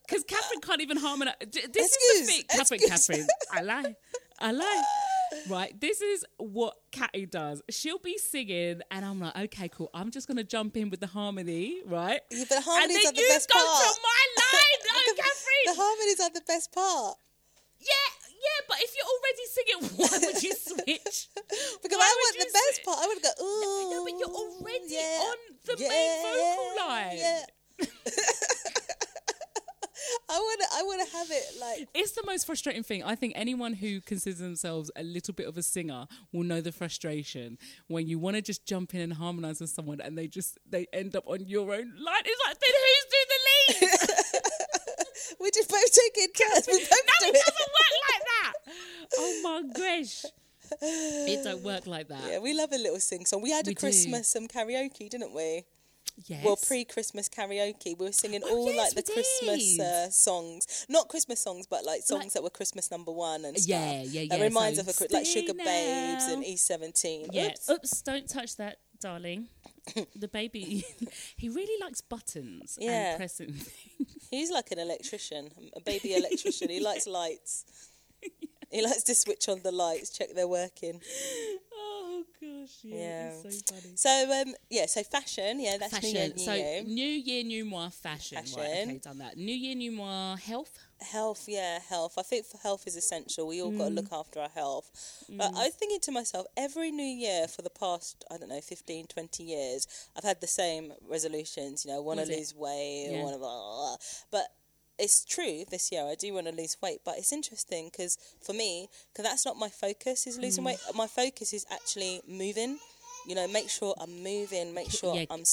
Speaker 1: Because Catherine can't even harmonise. This is
Speaker 3: Excuse,
Speaker 1: the thing, Catherine. Catherine, I lie, I lie. Right, this is what Catty does. She'll be singing, and I'm like, okay, cool. I'm just gonna jump in with the harmony, right?
Speaker 3: Yeah, but harmonies
Speaker 1: and then
Speaker 3: are the
Speaker 1: you
Speaker 3: best
Speaker 1: go
Speaker 3: part.
Speaker 1: to my line, no,
Speaker 3: the
Speaker 1: Catherine.
Speaker 3: harmonies are the best part.
Speaker 1: yeah, yeah, but if you're already singing, why would you switch?
Speaker 3: Because
Speaker 1: Why
Speaker 3: I
Speaker 1: would
Speaker 3: want the
Speaker 1: you
Speaker 3: best
Speaker 1: sit-
Speaker 3: part. I would go, ooh.
Speaker 1: No, but you're already
Speaker 3: yeah,
Speaker 1: on the
Speaker 3: yeah,
Speaker 1: main vocal line.
Speaker 3: Yeah. I want to. I want to have it like.
Speaker 1: It's the most frustrating thing. I think anyone who considers themselves a little bit of a singer will know the frustration when you want to just jump in and harmonize with someone and they just they end up on your own line. It's like then who's doing the lead?
Speaker 3: We just both take it. turns. We both
Speaker 1: no,
Speaker 3: do
Speaker 1: it
Speaker 3: it.
Speaker 1: doesn't work like that. Oh my gosh, it don't work like that.
Speaker 3: Yeah, we love a little sing song. We had a
Speaker 1: We do.
Speaker 3: Christmas some karaoke, didn't we?
Speaker 1: Yes.
Speaker 3: Well, pre-Christmas karaoke, we were singing
Speaker 1: Oh,
Speaker 3: all
Speaker 1: yes,
Speaker 3: like the
Speaker 1: we
Speaker 3: Christmas
Speaker 1: did.
Speaker 3: uh, songs, not Christmas songs, but like songs
Speaker 1: Like-
Speaker 3: that were Christmas number one and stuff.
Speaker 1: Yeah, yeah,
Speaker 3: That
Speaker 1: yeah,
Speaker 3: reminds
Speaker 1: so
Speaker 3: of a, Chri- like
Speaker 1: Stay
Speaker 3: Sugar
Speaker 1: Now.
Speaker 3: Babes and E Seventeen.
Speaker 1: yeah. Oh.
Speaker 3: Oops.
Speaker 1: Oops. don't touch that, darling. the baby, he really likes buttons
Speaker 3: Yeah.
Speaker 1: and pressing things.
Speaker 3: he's like an electrician, a baby electrician. he likes lights. He likes to switch on the lights, check they're working.
Speaker 1: Oh gosh, yeah,
Speaker 3: Yeah.
Speaker 1: it's so funny.
Speaker 3: So um, yeah, so fashion, yeah, that's new year,
Speaker 1: fashion.
Speaker 3: new
Speaker 1: so
Speaker 3: year.
Speaker 1: new year, new moi fashion. Right,
Speaker 3: Fashion.
Speaker 1: okay, done that. New year, new moi health.
Speaker 3: health yeah health i think for health is essential we all got
Speaker 1: Mm.
Speaker 3: to look after our health but i was thinking to myself every new year for the past i don't know 15 20 years i've had the same resolutions you know want to
Speaker 1: Was it?
Speaker 3: lose weight
Speaker 1: Yeah.
Speaker 3: want to blah, blah, blah. but it's true this year i do want to lose weight but it's interesting because for me because that's not my focus is
Speaker 1: Mm.
Speaker 3: losing weight my focus is actually moving you know, make sure I'm moving, make sure
Speaker 1: yeah.
Speaker 3: I'm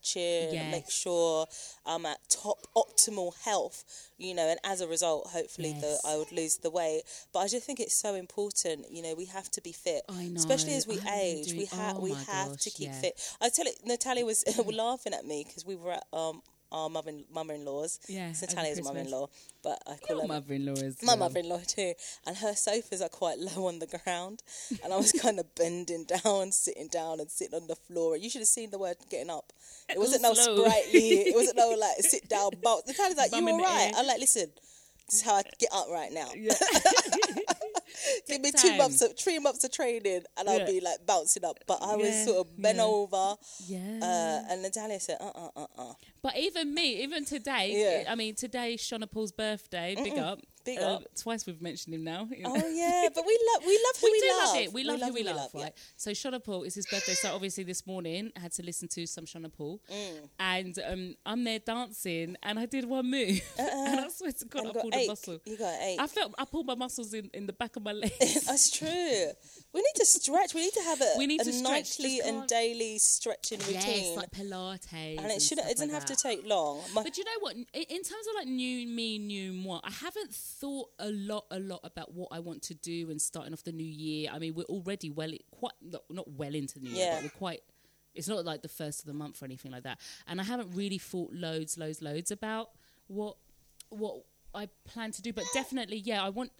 Speaker 3: stretching,
Speaker 1: Yes.
Speaker 3: make sure I'm at top optimal health, you know, and as a result, hopefully the,
Speaker 1: Yes.
Speaker 3: I would lose the weight. But I just think it's so important, you know, we have to be fit.
Speaker 1: I know,
Speaker 3: Especially as we
Speaker 1: I haven't been
Speaker 3: age,
Speaker 1: doing-
Speaker 3: we, ha-
Speaker 1: oh
Speaker 3: we
Speaker 1: my
Speaker 3: have to
Speaker 1: gosh,
Speaker 3: keep
Speaker 1: yeah.
Speaker 3: fit. I tell it, Natalia was laughing at me because we were at um, our mother in law's.
Speaker 1: Yeah,
Speaker 3: It's
Speaker 1: over
Speaker 3: Natalia's mother in law, but I call
Speaker 1: Your
Speaker 3: her
Speaker 1: mother-in-law is
Speaker 3: my
Speaker 1: well.
Speaker 3: mother-in-law too, and her sofas are quite low on the ground, and I was kind of bending down, sitting down, and sitting on the floor. You should have seen the word getting up. It wasn't no
Speaker 1: was slow.
Speaker 3: sprightly. It wasn't no like sit down bounce. The Natalie's like,
Speaker 1: Bum
Speaker 3: "You
Speaker 1: in
Speaker 3: all
Speaker 1: the
Speaker 3: right?"
Speaker 1: air.
Speaker 3: I'm like, "Listen, this is how I get up right now.
Speaker 1: Yeah.
Speaker 3: Give me
Speaker 1: Take
Speaker 3: two
Speaker 1: time.
Speaker 3: months of three months of training, and I'll
Speaker 1: Yeah.
Speaker 3: be like bouncing up." But I was
Speaker 1: Yeah,
Speaker 3: sort of bent
Speaker 1: yeah.
Speaker 3: over,
Speaker 1: Yeah.
Speaker 3: uh, and Natalia said, "Uh, uh, uh, uh."
Speaker 1: but even me, even today,
Speaker 3: Yeah.
Speaker 1: I mean, today, Shauna Paul's birthday. Big up.
Speaker 3: Big
Speaker 1: Uh,
Speaker 3: up.
Speaker 1: twice we've mentioned him now.
Speaker 3: Oh yeah, but we love we love who we,
Speaker 1: we, do
Speaker 3: love.
Speaker 1: love it. We love who we love,
Speaker 3: yeah.
Speaker 1: right? So Shona Paul is his birthday. So obviously this morning I had to listen to some Shona Paul,
Speaker 3: Mm.
Speaker 1: and um, I'm there dancing, and I did one move, and I swear to God,
Speaker 3: Uh-uh. And
Speaker 1: I
Speaker 3: got
Speaker 1: pulled
Speaker 3: ache.
Speaker 1: a muscle.
Speaker 3: You got ache.
Speaker 1: I felt I pulled my muscles in, in the back of my legs.
Speaker 3: That's true. We need to stretch. We need to have a,
Speaker 1: We need
Speaker 3: a
Speaker 1: to stretch, just
Speaker 3: nightly
Speaker 1: go
Speaker 3: and
Speaker 1: on.
Speaker 3: daily stretching routine,
Speaker 1: yes, like Pilates,
Speaker 3: and it shouldn't.
Speaker 1: stuff
Speaker 3: It doesn't
Speaker 1: like
Speaker 3: have
Speaker 1: that.
Speaker 3: to take long. My-
Speaker 1: But you know what? In, in terms of like new me, new moi, I haven't thought a lot, a lot about what I want to do and starting off the new year. I mean, we're already well, quite not, not well into the new year,
Speaker 3: Yeah.
Speaker 1: but we're quite. It's not like the first of the month or anything like that. And I haven't really thought loads, loads, loads about what what I plan to do. But definitely, yeah, I want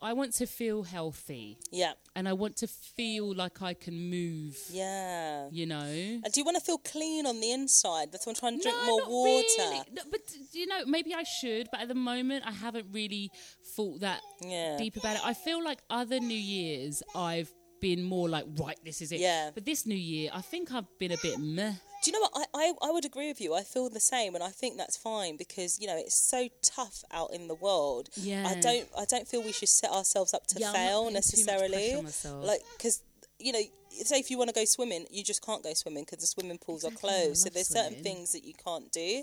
Speaker 1: I want to feel healthy
Speaker 3: yeah,
Speaker 1: and I want to feel like I can move.
Speaker 3: yeah.
Speaker 1: You know,
Speaker 3: And do you want to feel clean on the inside? That's why I'm trying to drink more
Speaker 1: not
Speaker 3: water.
Speaker 1: really. No, but you know, maybe I should. But at the moment, I haven't really thought that
Speaker 3: Yeah.
Speaker 1: deep about it. I feel like other New Years, I've been more like, right, this is it.
Speaker 3: Yeah.
Speaker 1: But this New Year, I think I've been a bit meh.
Speaker 3: Do you know what? I, I, I would agree with you. I feel the same, and I think that's fine because you know it's so tough out in the world. I
Speaker 1: Yeah.
Speaker 3: don't I don't feel we should set ourselves up to
Speaker 1: Yeah, I'm not
Speaker 3: fail
Speaker 1: putting too much
Speaker 3: necessarily.
Speaker 1: pressure on myself.
Speaker 3: Like because you know, say if you want to go swimming, you just can't go swimming because the swimming pools
Speaker 1: Exactly,
Speaker 3: are
Speaker 1: I
Speaker 3: closed. So
Speaker 1: love
Speaker 3: there's certain
Speaker 1: swimming. Mm.
Speaker 3: things that you can't do,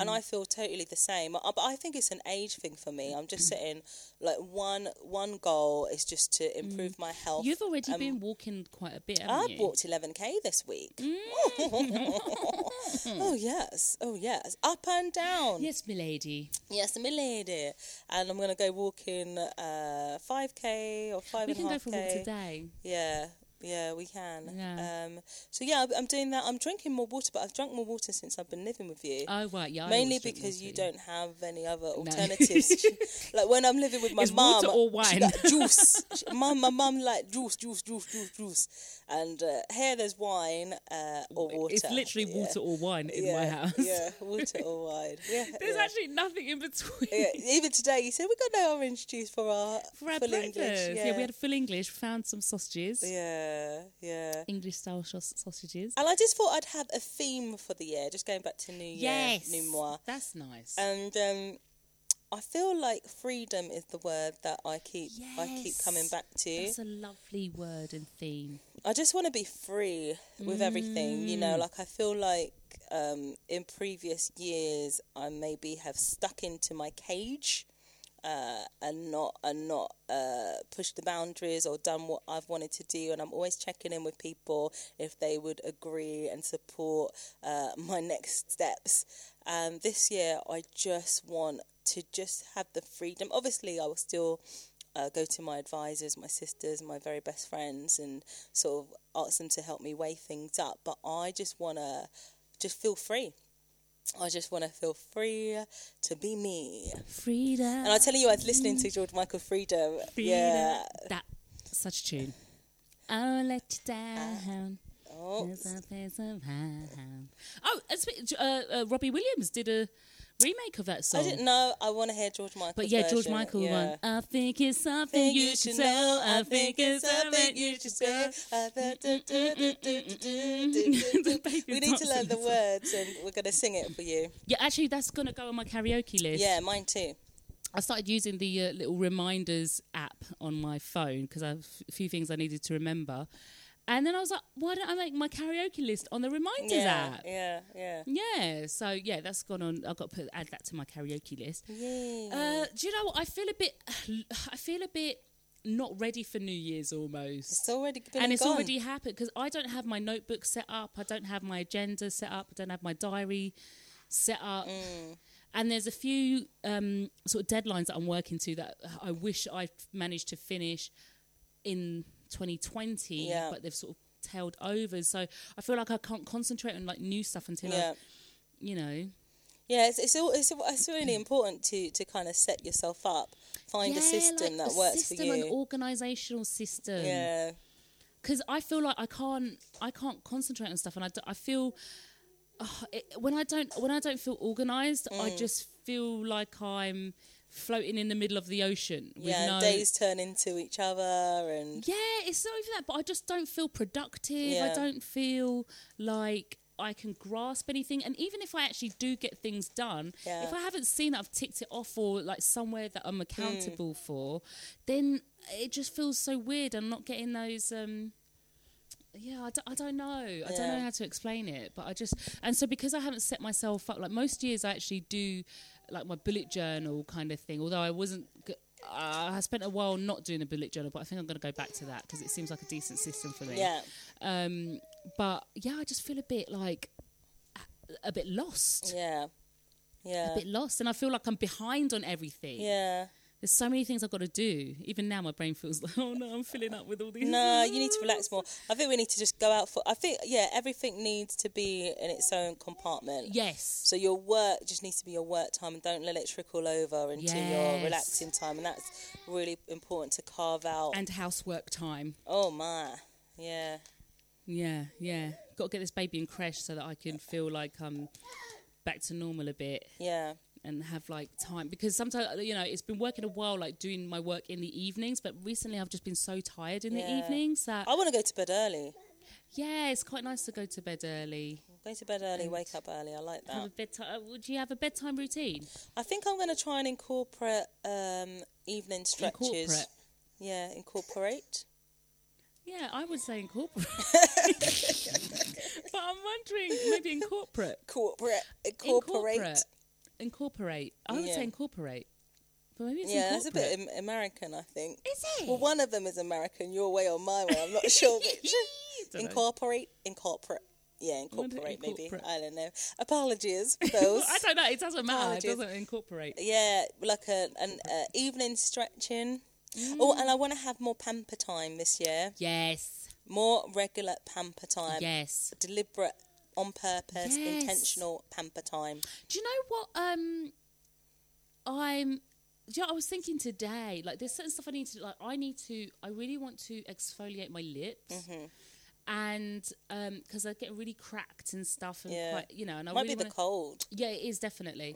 Speaker 3: and I feel totally the same. I, but I think it's an age thing for me. I'm
Speaker 1: Mm.
Speaker 3: just sitting like one one goal is just to improve my health.
Speaker 1: You've already
Speaker 3: and
Speaker 1: been walking quite a bit, haven't
Speaker 3: Um, I
Speaker 1: you? Mm.
Speaker 3: walked 11k this week. oh yes, oh yes, up and down.
Speaker 1: Yes, milady.
Speaker 3: Yes, my lady. And I'm gonna go walking uh, 5k or five
Speaker 1: We
Speaker 3: and a
Speaker 1: can go
Speaker 3: half
Speaker 1: for a walk
Speaker 3: K.
Speaker 1: today.
Speaker 3: Yeah, yeah, we can.
Speaker 1: Yeah.
Speaker 3: Um, so yeah, I'm- I'm doing that. I'm drinking more water, but I've drunk more water since I've been living with you.
Speaker 1: Oh right, yeah. I
Speaker 3: Mainly
Speaker 1: always drink
Speaker 3: because
Speaker 1: water,
Speaker 3: you
Speaker 1: yeah.
Speaker 3: don't have any other alternatives. like when I'm living with my
Speaker 1: It's
Speaker 3: mum,
Speaker 1: water or
Speaker 3: she
Speaker 1: wine?
Speaker 3: like juice. She- mum, my mum like juice, juice, juice, juice, juice. And uh, here there's wine uh, or water.
Speaker 1: It's literally
Speaker 3: Yeah.
Speaker 1: water or wine in
Speaker 3: yeah.
Speaker 1: my house.
Speaker 3: Yeah, water or wine. Yeah,
Speaker 1: There's
Speaker 3: yeah.
Speaker 1: actually nothing in between.
Speaker 3: Yeah, even today you said we got no orange juice for our
Speaker 1: for our
Speaker 3: full
Speaker 1: breakfast.
Speaker 3: English.
Speaker 1: yeah. we had full English. Found some sausages,
Speaker 3: yeah, yeah.
Speaker 1: English style saus sausages.
Speaker 3: And I just thought I'd have a theme for the year, just going back to New Year,
Speaker 1: yes,
Speaker 3: New Moi.
Speaker 1: that's nice.
Speaker 3: and um, I feel like freedom is the word that I keep I keep coming
Speaker 1: Yes.
Speaker 3: back to.
Speaker 1: that's a lovely word and theme.
Speaker 3: I just want to be free with everything, you know.
Speaker 1: Mm.
Speaker 3: Like I feel like um, in previous years, I maybe have stuck into my cage uh, and not and not uh, pushed the boundaries or done what I've wanted to do. And I'm always checking in with people if they would agree and support uh, my next steps. And this year, I just want to just have the freedom. Obviously, I will still. Uh, go to my advisors, my sisters, my very best friends, and sort of ask them to help me weigh things up. But I just want to just feel free. I just want to feel free to be me.
Speaker 1: Freedom.
Speaker 3: And I'm telling you, I was listening to George Michael Freedom. Yeah.
Speaker 1: That such a tune. I'll let you down.
Speaker 3: Oh,
Speaker 1: There's a place around. Oh, and spe- uh, uh, Robbie Williams did a remake of that song.
Speaker 3: I didn't know. I want to hear George Michael.
Speaker 1: But yeah, George
Speaker 3: version.
Speaker 1: Michael
Speaker 3: yeah.
Speaker 1: one. I think it's something
Speaker 3: Think
Speaker 1: you should know. I think it's something you should say.
Speaker 3: I bet- do- do- do- do- do- do- do- do.
Speaker 1: baby
Speaker 3: We need to
Speaker 1: dancing
Speaker 3: learn the
Speaker 1: song.
Speaker 3: words, and we're gonna sing it for you.
Speaker 1: Yeah, actually, that's gonna go on my karaoke list.
Speaker 3: Yeah, mine too.
Speaker 1: I started using the uh, little reminders app on my phone because I have a few things I needed to remember, and then I was like, why don't I make my karaoke list on the reminders
Speaker 3: Yeah,
Speaker 1: app?
Speaker 3: yeah, yeah.
Speaker 1: Yeah, so yeah, that's gone on. I've got to put, add that to my karaoke list.
Speaker 3: Yeah.
Speaker 1: Uh, do you know what? I feel a bit, I feel a bit not ready for New Year's almost.
Speaker 3: It's already been
Speaker 1: and it's
Speaker 3: gone.
Speaker 1: already happened because I don't have my notebook set up. I don't have my agenda set up. I don't have my diary set up.
Speaker 3: Mm.
Speaker 1: And there's a few um, sort of deadlines that I'm working to that I wish I managed to finish in 2020,
Speaker 3: Yeah.
Speaker 1: but they've sort of tailed over. So I feel like I can't concentrate on like new stuff until
Speaker 3: Yeah.
Speaker 1: I, you know,
Speaker 3: Yeah, it's it's, all, it's, it's really important to, to kind of set yourself up, find a
Speaker 1: Yeah,
Speaker 3: system
Speaker 1: like
Speaker 3: that
Speaker 1: a
Speaker 3: works
Speaker 1: system,
Speaker 3: for you.
Speaker 1: an organizational system.
Speaker 3: yeah,
Speaker 1: because I feel like I can't I can't concentrate on stuff, and I, d- I feel ah, it, when I don't when I don't feel organized,
Speaker 3: Mm.
Speaker 1: I just feel like I'm floating in the middle of the ocean. With
Speaker 3: yeah.
Speaker 1: no,
Speaker 3: Days turn into each other, and
Speaker 1: Yeah, it's not even that, but I just don't feel productive.
Speaker 3: Yeah.
Speaker 1: I don't feel like I can grasp anything. And even if I actually do get things done,
Speaker 3: Yeah. Mm.
Speaker 1: if I haven't seen that I've ticked it off or like somewhere that I'm accountable for, then it just feels so weird. I'm not getting those. Um, yeah, I d- I don't know. I don't
Speaker 3: Yeah.
Speaker 1: know how to explain it, but I just and so because I haven't set myself up like most years, I actually do like my bullet journal kind of thing. Although I wasn't, g- uh, I spent a while not doing a bullet journal, but I think I'm going to go back to that because it seems like a decent system for me.
Speaker 3: Yeah.
Speaker 1: Um, but yeah, I just feel a bit like a, a bit lost,
Speaker 3: Yeah. Yeah.
Speaker 1: a bit lost, and I feel like I'm behind on everything.
Speaker 3: Yeah.
Speaker 1: There's so many things I've got to do. Even now, my brain feels like, oh no, I'm filling up with all these.
Speaker 3: No, you need to relax more. I think we need to just go out for. I think yeah, everything needs to be in its own compartment.
Speaker 1: Yes.
Speaker 3: So your work just needs to be your work time, and don't let it trickle over into your
Speaker 1: Yes.
Speaker 3: relaxing time. And that's really important to carve out.
Speaker 1: And housework time.
Speaker 3: oh my, yeah,
Speaker 1: Yeah, yeah. Got to get this baby in creche so that I can feel like I'm back to normal a bit
Speaker 3: yeah,
Speaker 1: and have like time because sometimes you know it's been working a while like doing my work in the evenings but recently I've just been so tired in the
Speaker 3: Yeah. Oh.
Speaker 1: evenings that
Speaker 3: I want to go to bed early.
Speaker 1: yeah it's quite nice to go to bed early
Speaker 3: Go to bed early, wake up early. I like
Speaker 1: have a
Speaker 3: that.
Speaker 1: bedtime would you have a bedtime routine
Speaker 3: I think I'm going to try and incorporate um, evening stretches.
Speaker 1: Incorporate.
Speaker 3: Yeah, incorporate.
Speaker 1: yeah I would say incorporate but I'm wondering maybe incorporate
Speaker 3: Corporate. Incorporate.
Speaker 1: incorporate incorporate I would
Speaker 3: Yeah.
Speaker 1: say incorporate but maybe it's
Speaker 3: Yeah, that's a
Speaker 1: incorporate
Speaker 3: bit am- American, I think.
Speaker 1: is it
Speaker 3: Well, one of them is American, your way or my way. I'm not sure which.
Speaker 1: Dunno.
Speaker 3: incorporate, incorporate. Yeah,
Speaker 1: wonder
Speaker 3: incorporate, maybe.
Speaker 1: incorporate-
Speaker 3: I don't know. Apologies, those.
Speaker 1: I don't know. It doesn't matter. It
Speaker 3: Apologies.
Speaker 1: doesn't incorporate.
Speaker 3: yeah, like a, an uh, evening stretching. Oh,
Speaker 1: Mm.
Speaker 3: and I want to have more pamper time this year.
Speaker 1: Yes.
Speaker 3: More regular pamper
Speaker 1: Um,
Speaker 3: time.
Speaker 1: yes.
Speaker 3: Deliberate, on purpose,
Speaker 1: Yes.
Speaker 3: intentional pamper time.
Speaker 1: Do you know what? Um, I'm. Do you know, I was thinking today. Like, there's certain stuff I need to. Like, I need to. I really want to exfoliate my lips. And um 'cause because I get really cracked and stuff, and
Speaker 3: Yeah.
Speaker 1: quite, you know, and I
Speaker 3: Might
Speaker 1: really
Speaker 3: be the
Speaker 1: wanna-
Speaker 3: cold.
Speaker 1: Yeah, it is definitely.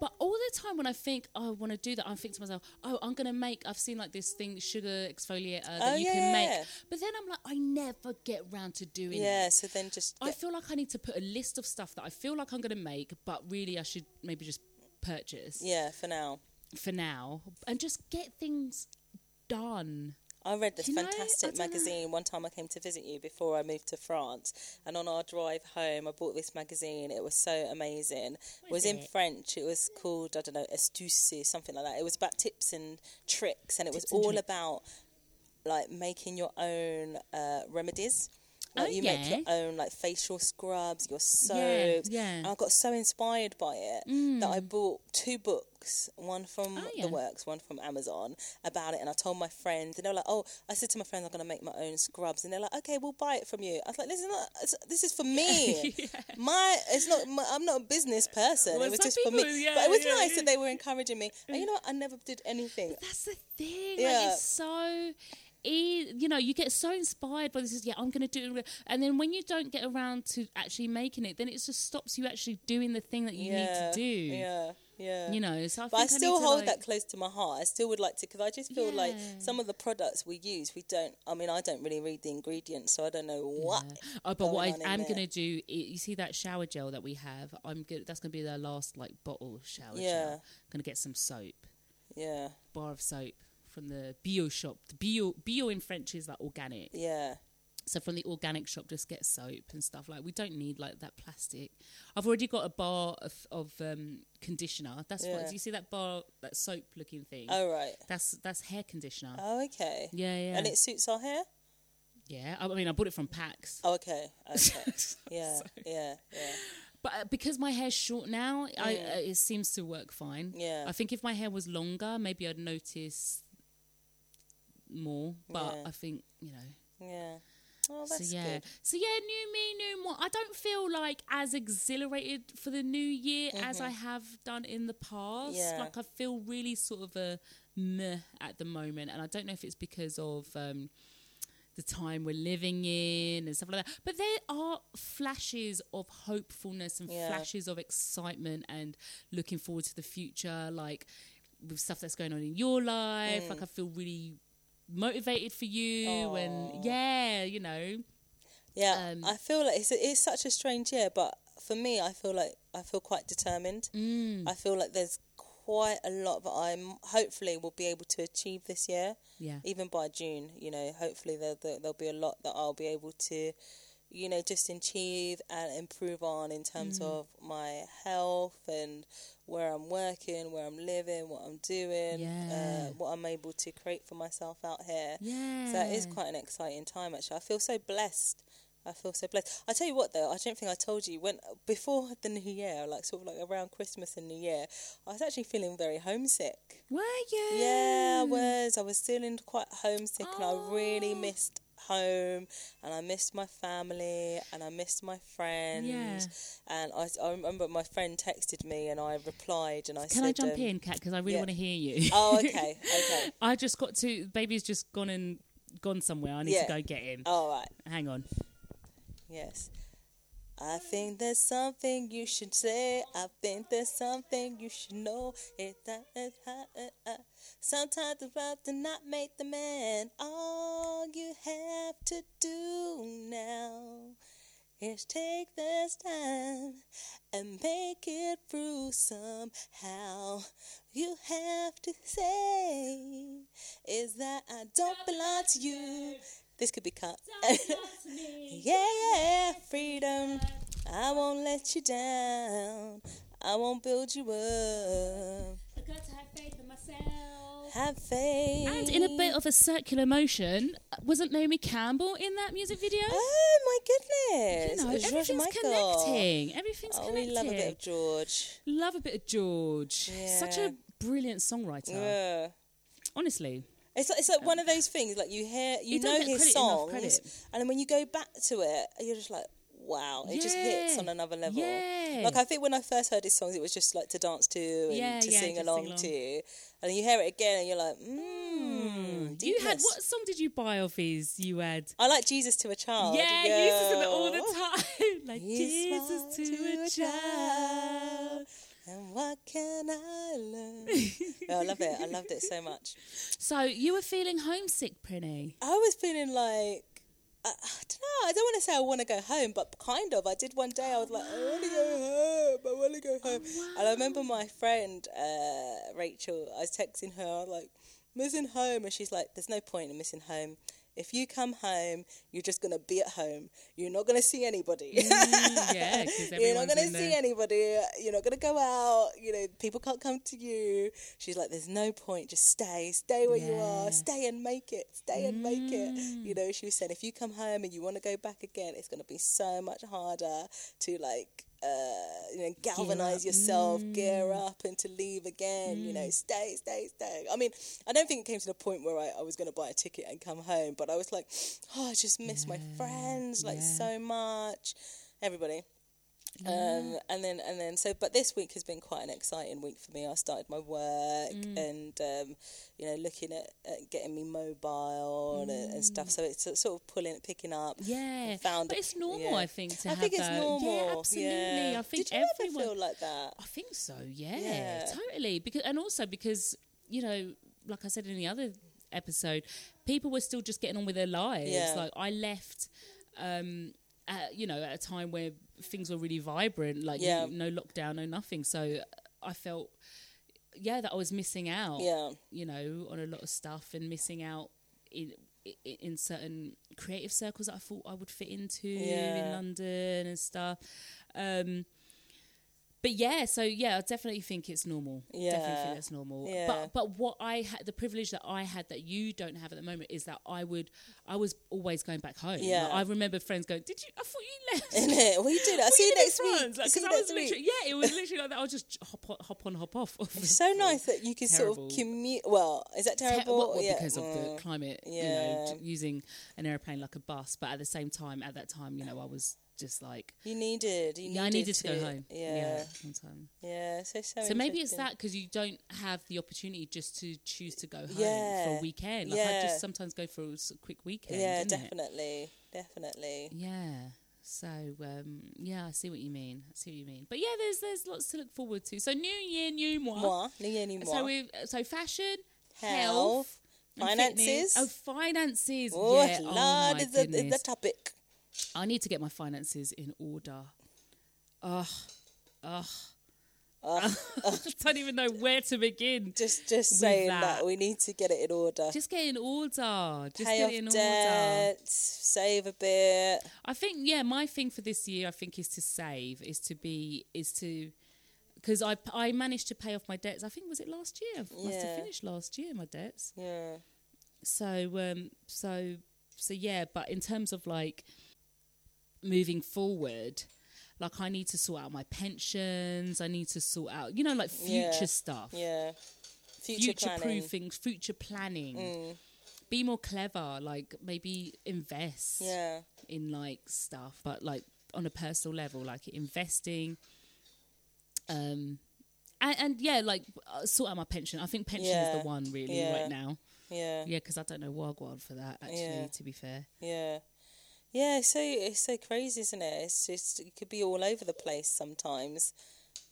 Speaker 1: But all the time when I think, oh, I want to do that, I think to myself, oh, I'm going to make, I've seen like this thing, sugar exfoliator that
Speaker 3: Oh,
Speaker 1: you
Speaker 3: yeah,
Speaker 1: can
Speaker 3: yeah.
Speaker 1: make. But then I'm like, I never get round to doing it.
Speaker 3: Yeah, so then just.
Speaker 1: I
Speaker 3: Get,
Speaker 1: feel like I need to put a list of stuff that I feel like I'm going to make, but really I should maybe just purchase
Speaker 3: yeah, for now.
Speaker 1: for now and just get things done.
Speaker 3: I read this
Speaker 1: You know, I
Speaker 3: fantastic
Speaker 1: don't know.
Speaker 3: magazine one time I came to visit you before I moved to France. And on our drive home, I bought this magazine. It was so amazing. it was in French. It was called, I don't know, Astuce, something like that. It was about tips and tricks. And it
Speaker 1: Tips
Speaker 3: was
Speaker 1: and
Speaker 3: all
Speaker 1: tricks.
Speaker 3: about like making your own uh, remedies. Like
Speaker 1: Oh,
Speaker 3: you make your
Speaker 1: yeah.
Speaker 3: own like facial scrubs, your
Speaker 1: Yeah,
Speaker 3: soaps.
Speaker 1: yeah.
Speaker 3: And I got so inspired by it that I bought two books, one from
Speaker 1: Mm. Oh, yeah.
Speaker 3: the works, one from Amazon about it. And I told my friends, and they were like, "Oh, I said to my friends, I'm going to make my own scrubs," and they're like, "Okay, we'll buy it from you." I was like, "This is not. it's- This is for me. My it's not. My, I'm not a business person.
Speaker 1: Well,
Speaker 3: it was
Speaker 1: some
Speaker 3: just for me.
Speaker 1: people, yeah,
Speaker 3: but it was
Speaker 1: yeah,
Speaker 3: nice
Speaker 1: yeah.
Speaker 3: that they were encouraging me. And you know what? I never did anything.
Speaker 1: That's the thing. Like,
Speaker 3: Yeah.
Speaker 1: it's so. E- you know, you get so inspired by this. is, Yeah, I'm going to do it, and then when you don't get around to actually making it, then it just stops you actually doing the thing that you
Speaker 3: yeah,
Speaker 1: need to do.
Speaker 3: Yeah, yeah.
Speaker 1: You know, so I
Speaker 3: But I
Speaker 1: think need
Speaker 3: still
Speaker 1: to,
Speaker 3: hold
Speaker 1: like-
Speaker 3: that close to my heart. I still would like to because I just feel like
Speaker 1: Yeah.
Speaker 3: some of the products we use, we don't. I mean, I don't really read the ingredients, so I don't know what.
Speaker 1: Yeah. Oh, but what
Speaker 3: going
Speaker 1: I
Speaker 3: on in
Speaker 1: am
Speaker 3: there.
Speaker 1: going to do, i- you see that shower gel that we have? I'm good. That's going to be their last like bottle shower
Speaker 3: Yeah.
Speaker 1: gel. Going to get some soap,
Speaker 3: Yeah,
Speaker 1: bar of soap from the bio shop. The bio bio in French is like organic.
Speaker 3: yeah,
Speaker 1: So from the organic shop, just get soap and stuff. Like we don't need like that plastic. I've already got a bar of, of um, conditioner. That's what
Speaker 3: Yeah.
Speaker 1: do you see that bar that soap looking thing.
Speaker 3: All Oh, right.
Speaker 1: That's that's hair conditioner.
Speaker 3: Oh, okay.
Speaker 1: yeah, yeah,
Speaker 3: And it suits our hair.
Speaker 1: yeah. I mean, I bought it from Pax.
Speaker 3: Oh, okay. Okay. Yeah, yeah, yeah.
Speaker 1: But uh, because my hair's short now, I, uh, it seems to work fine.
Speaker 3: Yeah.
Speaker 1: I think if my hair was longer, maybe I'd notice more. But
Speaker 3: Yeah.
Speaker 1: I think you know.
Speaker 3: Yeah. Oh, that's
Speaker 1: so yeah.
Speaker 3: good.
Speaker 1: So yeah, new me, new more. I don't feel like as exhilarated for the new year as I have done in the past.
Speaker 3: Mm-hmm. Yeah.
Speaker 1: Like I feel really sort of a meh at the moment, and I don't know if it's because of. Um, the time we're living in and stuff like that. But there are flashes of hopefulness and
Speaker 3: Yeah.
Speaker 1: flashes of excitement and looking forward to the future, like with stuff that's going on in your life.
Speaker 3: Mm.
Speaker 1: Like I feel really motivated for you and yeah, you know.
Speaker 3: Yeah,
Speaker 1: Um,
Speaker 3: I feel like it's, it's such a strange year, but for me, I feel like I feel quite determined.
Speaker 1: Mm.
Speaker 3: I feel like there's quite a lot that I'm hopefully will be able to achieve this year,
Speaker 1: Yeah.
Speaker 3: even by June. You know, hopefully there, there there'll be a lot that I'll be able to, you know, just achieve and improve on in terms
Speaker 1: Mm.
Speaker 3: of my health and where I'm working, where I'm living, what I'm doing,
Speaker 1: Yeah.
Speaker 3: uh, what I'm able to create for myself out here.
Speaker 1: Yeah.
Speaker 3: So it is quite an exciting time, actually. I feel so blessed. I feel so blessed. I tell you what, though, I don't think I told you when before the new year, like sort of like around Christmas and New Year, I was actually feeling very homesick.
Speaker 1: Were you?
Speaker 3: Yeah, I was. I was feeling quite homesick, and I really
Speaker 1: Mm. Oh.
Speaker 3: missed home, and I missed my family, and I missed my friends. And I, I remember my friend texted me, and I replied, and I said,
Speaker 1: Can I jump
Speaker 3: um,
Speaker 1: in, Kat? Because I really
Speaker 3: yeah.
Speaker 1: want to hear you.
Speaker 3: Oh, okay, okay.
Speaker 1: I just got to. Baby's just gone and gone somewhere. I need
Speaker 3: Yeah. Oh.
Speaker 1: to go get him.
Speaker 3: All right.
Speaker 1: Hang on.
Speaker 3: Yes. I think there's something you should say. I think there's something you should know. It, uh, uh, uh, uh. Sometimes the love do not make the man. All you have to do now is take this time and make it through somehow. You have to say is that I don't belong to you. This could be cut. Yeah, freedom. I won't let you down. I won't build you up. Have faith.
Speaker 1: And in a bit of a circular motion, wasn't Naomi Campbell in that music video?
Speaker 3: Oh my
Speaker 1: you
Speaker 3: goodness!
Speaker 1: know,
Speaker 3: It was George
Speaker 1: everything's
Speaker 3: Michael.
Speaker 1: connecting. Everything's
Speaker 3: Oh,
Speaker 1: connected.
Speaker 3: we love a bit of George.
Speaker 1: Love a bit of George. Such
Speaker 3: Yeah.
Speaker 1: a brilliant songwriter.
Speaker 3: Yeah.
Speaker 1: Honestly.
Speaker 3: It's like, it's like one of those things like you hear you,
Speaker 1: You don't
Speaker 3: know
Speaker 1: get
Speaker 3: his
Speaker 1: credit enough
Speaker 3: songs
Speaker 1: credit.
Speaker 3: and then when you go back to it you're just like wow it just hits
Speaker 1: Yeah.
Speaker 3: on another level
Speaker 1: Yeah.
Speaker 3: like I think when I first heard his songs it was just like to dance to and
Speaker 1: Yeah,
Speaker 3: to
Speaker 1: yeah, just
Speaker 3: sing,
Speaker 1: sing
Speaker 3: along
Speaker 1: along. Hmm.
Speaker 3: to and you hear it again and you're like hmm, mmm
Speaker 1: You had what song did you buy off his? You had
Speaker 3: I like Jesus to a child
Speaker 1: Yeah, you used to sing that all the
Speaker 3: yo.
Speaker 1: time. like
Speaker 3: He's
Speaker 1: Jesus to,
Speaker 3: mine
Speaker 1: a child.
Speaker 3: and what can I learn Yeah, I love it I loved it so much
Speaker 1: So you were feeling homesick, Prinny.
Speaker 3: I was feeling like I, I don't know. I don't want to say I want to go home, but kind of. I did one day. I was like, I want to go home. I want to go home. And I remember my friend uh, Rachel. I was texting her. I was like, missing home, and she's like, there's no point in missing home. If you come home, you're just gonna be at home. You're not gonna see anybody.
Speaker 1: Mm, yeah, 'cause
Speaker 3: you're not
Speaker 1: everyone's
Speaker 3: gonna
Speaker 1: in
Speaker 3: see
Speaker 1: the-
Speaker 3: anybody. You're not gonna go out. You know, people can't come to you. She's like, there's no point. Just stay, stay where you
Speaker 1: Yeah. Mm.
Speaker 3: are. Stay and make it. Stay and make it. You know, she was saying, if you come home and you want to go back again, it's gonna be so much harder to like. Uh, you know, galvanize yourself, gear
Speaker 1: Mm.
Speaker 3: up, and to leave again. You know, stay, stay, stay. I mean, I don't think it came to the point where I, I was going to buy a ticket and come home, but I was like, oh, I just miss my friends like
Speaker 1: yeah.
Speaker 3: so much, everybody. Um, and then and then so, but this week has been quite an exciting week for me. I started my work
Speaker 1: Mm.
Speaker 3: and um, you know looking at, at getting me mobile and, and stuff. So it's sort- sort of pulling, picking up.
Speaker 1: Mm. Yeah,
Speaker 3: found-
Speaker 1: but it's normal,
Speaker 3: yeah.
Speaker 1: I think, to
Speaker 3: I
Speaker 1: have
Speaker 3: think it's
Speaker 1: that.
Speaker 3: normal.
Speaker 1: Yeah, absolutely.
Speaker 3: yeah.
Speaker 1: I think
Speaker 3: Did you
Speaker 1: everyone.
Speaker 3: ever feel like that?
Speaker 1: I think so. Yeah,
Speaker 3: Yeah.
Speaker 1: totally. Because and also because you know, like I said in the other episode, people were still just getting on with their lives.
Speaker 3: Yeah.
Speaker 1: Like I left. Um, at, you know, at a time where things were really vibrant, like
Speaker 3: Yeah.
Speaker 1: you- no lockdown, no nothing. So I felt, yeah, that I was missing out.
Speaker 3: Yeah.
Speaker 1: you know, on a lot of stuff and missing out in i- in certain creative circles that I thought I would fit into in
Speaker 3: Yeah.
Speaker 1: London and stuff. Um, but yeah, so yeah, I definitely think it's normal. definitely
Speaker 3: Yeah.
Speaker 1: think that's normal.
Speaker 3: Yeah.
Speaker 1: But but what I had the privilege that I had that you don't have at the moment is that I would I was always going back home. Like,
Speaker 3: Yeah.
Speaker 1: I remember friends going, "Did you? I thought you left."
Speaker 3: In it, we did. I'll
Speaker 1: What
Speaker 3: see
Speaker 1: you
Speaker 3: you
Speaker 1: did in
Speaker 3: next week.
Speaker 1: France?" Like,
Speaker 3: see
Speaker 1: 'cause
Speaker 3: you
Speaker 1: I was
Speaker 3: next week.
Speaker 1: literally, yeah, it was literally like that. I'll just hop on, hop on, hop off.
Speaker 3: It's so nice that you can sort
Speaker 1: Terrible.
Speaker 3: of commute. Well, is that
Speaker 1: Te-
Speaker 3: terrible?
Speaker 1: Well, well,
Speaker 3: yeah.
Speaker 1: because of
Speaker 3: mm.
Speaker 1: the climate, you
Speaker 3: Yeah.
Speaker 1: know, j- using an airplane like a bus. But at the same time, at that time, you know, I was just like,
Speaker 3: you needed. You
Speaker 1: yeah, I needed to go home.
Speaker 3: Yeah,
Speaker 1: sometime.
Speaker 3: yeah. So so.
Speaker 1: So maybe it's
Speaker 3: interesting.
Speaker 1: that because you don't have the opportunity just to choose to go home for
Speaker 3: Yeah.
Speaker 1: a weekend. Like I
Speaker 3: Yeah.
Speaker 1: just sometimes go for a s- quick weekend.
Speaker 3: Yeah,
Speaker 1: isn't it?
Speaker 3: definitely, definitely.
Speaker 1: Yeah. So um, yeah, I see what you mean. I see what you mean. But yeah, there's there's lots to look forward to. So new year, new moi.
Speaker 3: Moi, ni ye ni
Speaker 1: So
Speaker 3: moi.
Speaker 1: we so fashion, health,
Speaker 3: Health,
Speaker 1: and fitness.
Speaker 3: finances.
Speaker 1: Oh, finances.
Speaker 3: Oh,
Speaker 1: yeah.
Speaker 3: it's
Speaker 1: oh
Speaker 3: large
Speaker 1: my
Speaker 3: is the, is the
Speaker 1: goodness.
Speaker 3: topic.
Speaker 1: I need to get my finances in order. Ugh, ugh. I don't even know where to begin.
Speaker 3: Just just saying that.
Speaker 1: that.
Speaker 3: we need to get it in order.
Speaker 1: Just get in order. Just
Speaker 3: Pay
Speaker 1: get
Speaker 3: off
Speaker 1: it in order.
Speaker 3: debt, save a bit.
Speaker 1: I think yeah, my thing for this year I think is to save, is to be, is to because I I managed to pay off my debts. I think was it last year? I Must
Speaker 3: Yeah.
Speaker 1: have finished last year my debts.
Speaker 3: Yeah.
Speaker 1: So um so so yeah, but in terms of like moving forward, like I need to sort out my pensions. I need to sort out you know like future
Speaker 3: Yeah.
Speaker 1: stuff,
Speaker 3: Yeah. Future,
Speaker 1: future
Speaker 3: planning. Mm.
Speaker 1: proofing, future planning. Be more clever. Like maybe invest
Speaker 3: Yeah.
Speaker 1: in like stuff, but like on a personal level, like investing. Um, and, and yeah, like uh, sort out my pension. I think pension is
Speaker 3: Yeah.
Speaker 1: the one really
Speaker 3: Yeah.
Speaker 1: right now.
Speaker 3: Yeah.
Speaker 1: Yeah, because I don't know Wagwan for that actually.
Speaker 3: Yeah.
Speaker 1: To be fair,
Speaker 3: Yeah. Yeah, it's so it's so crazy, isn't it? It's just it could be all over the place sometimes.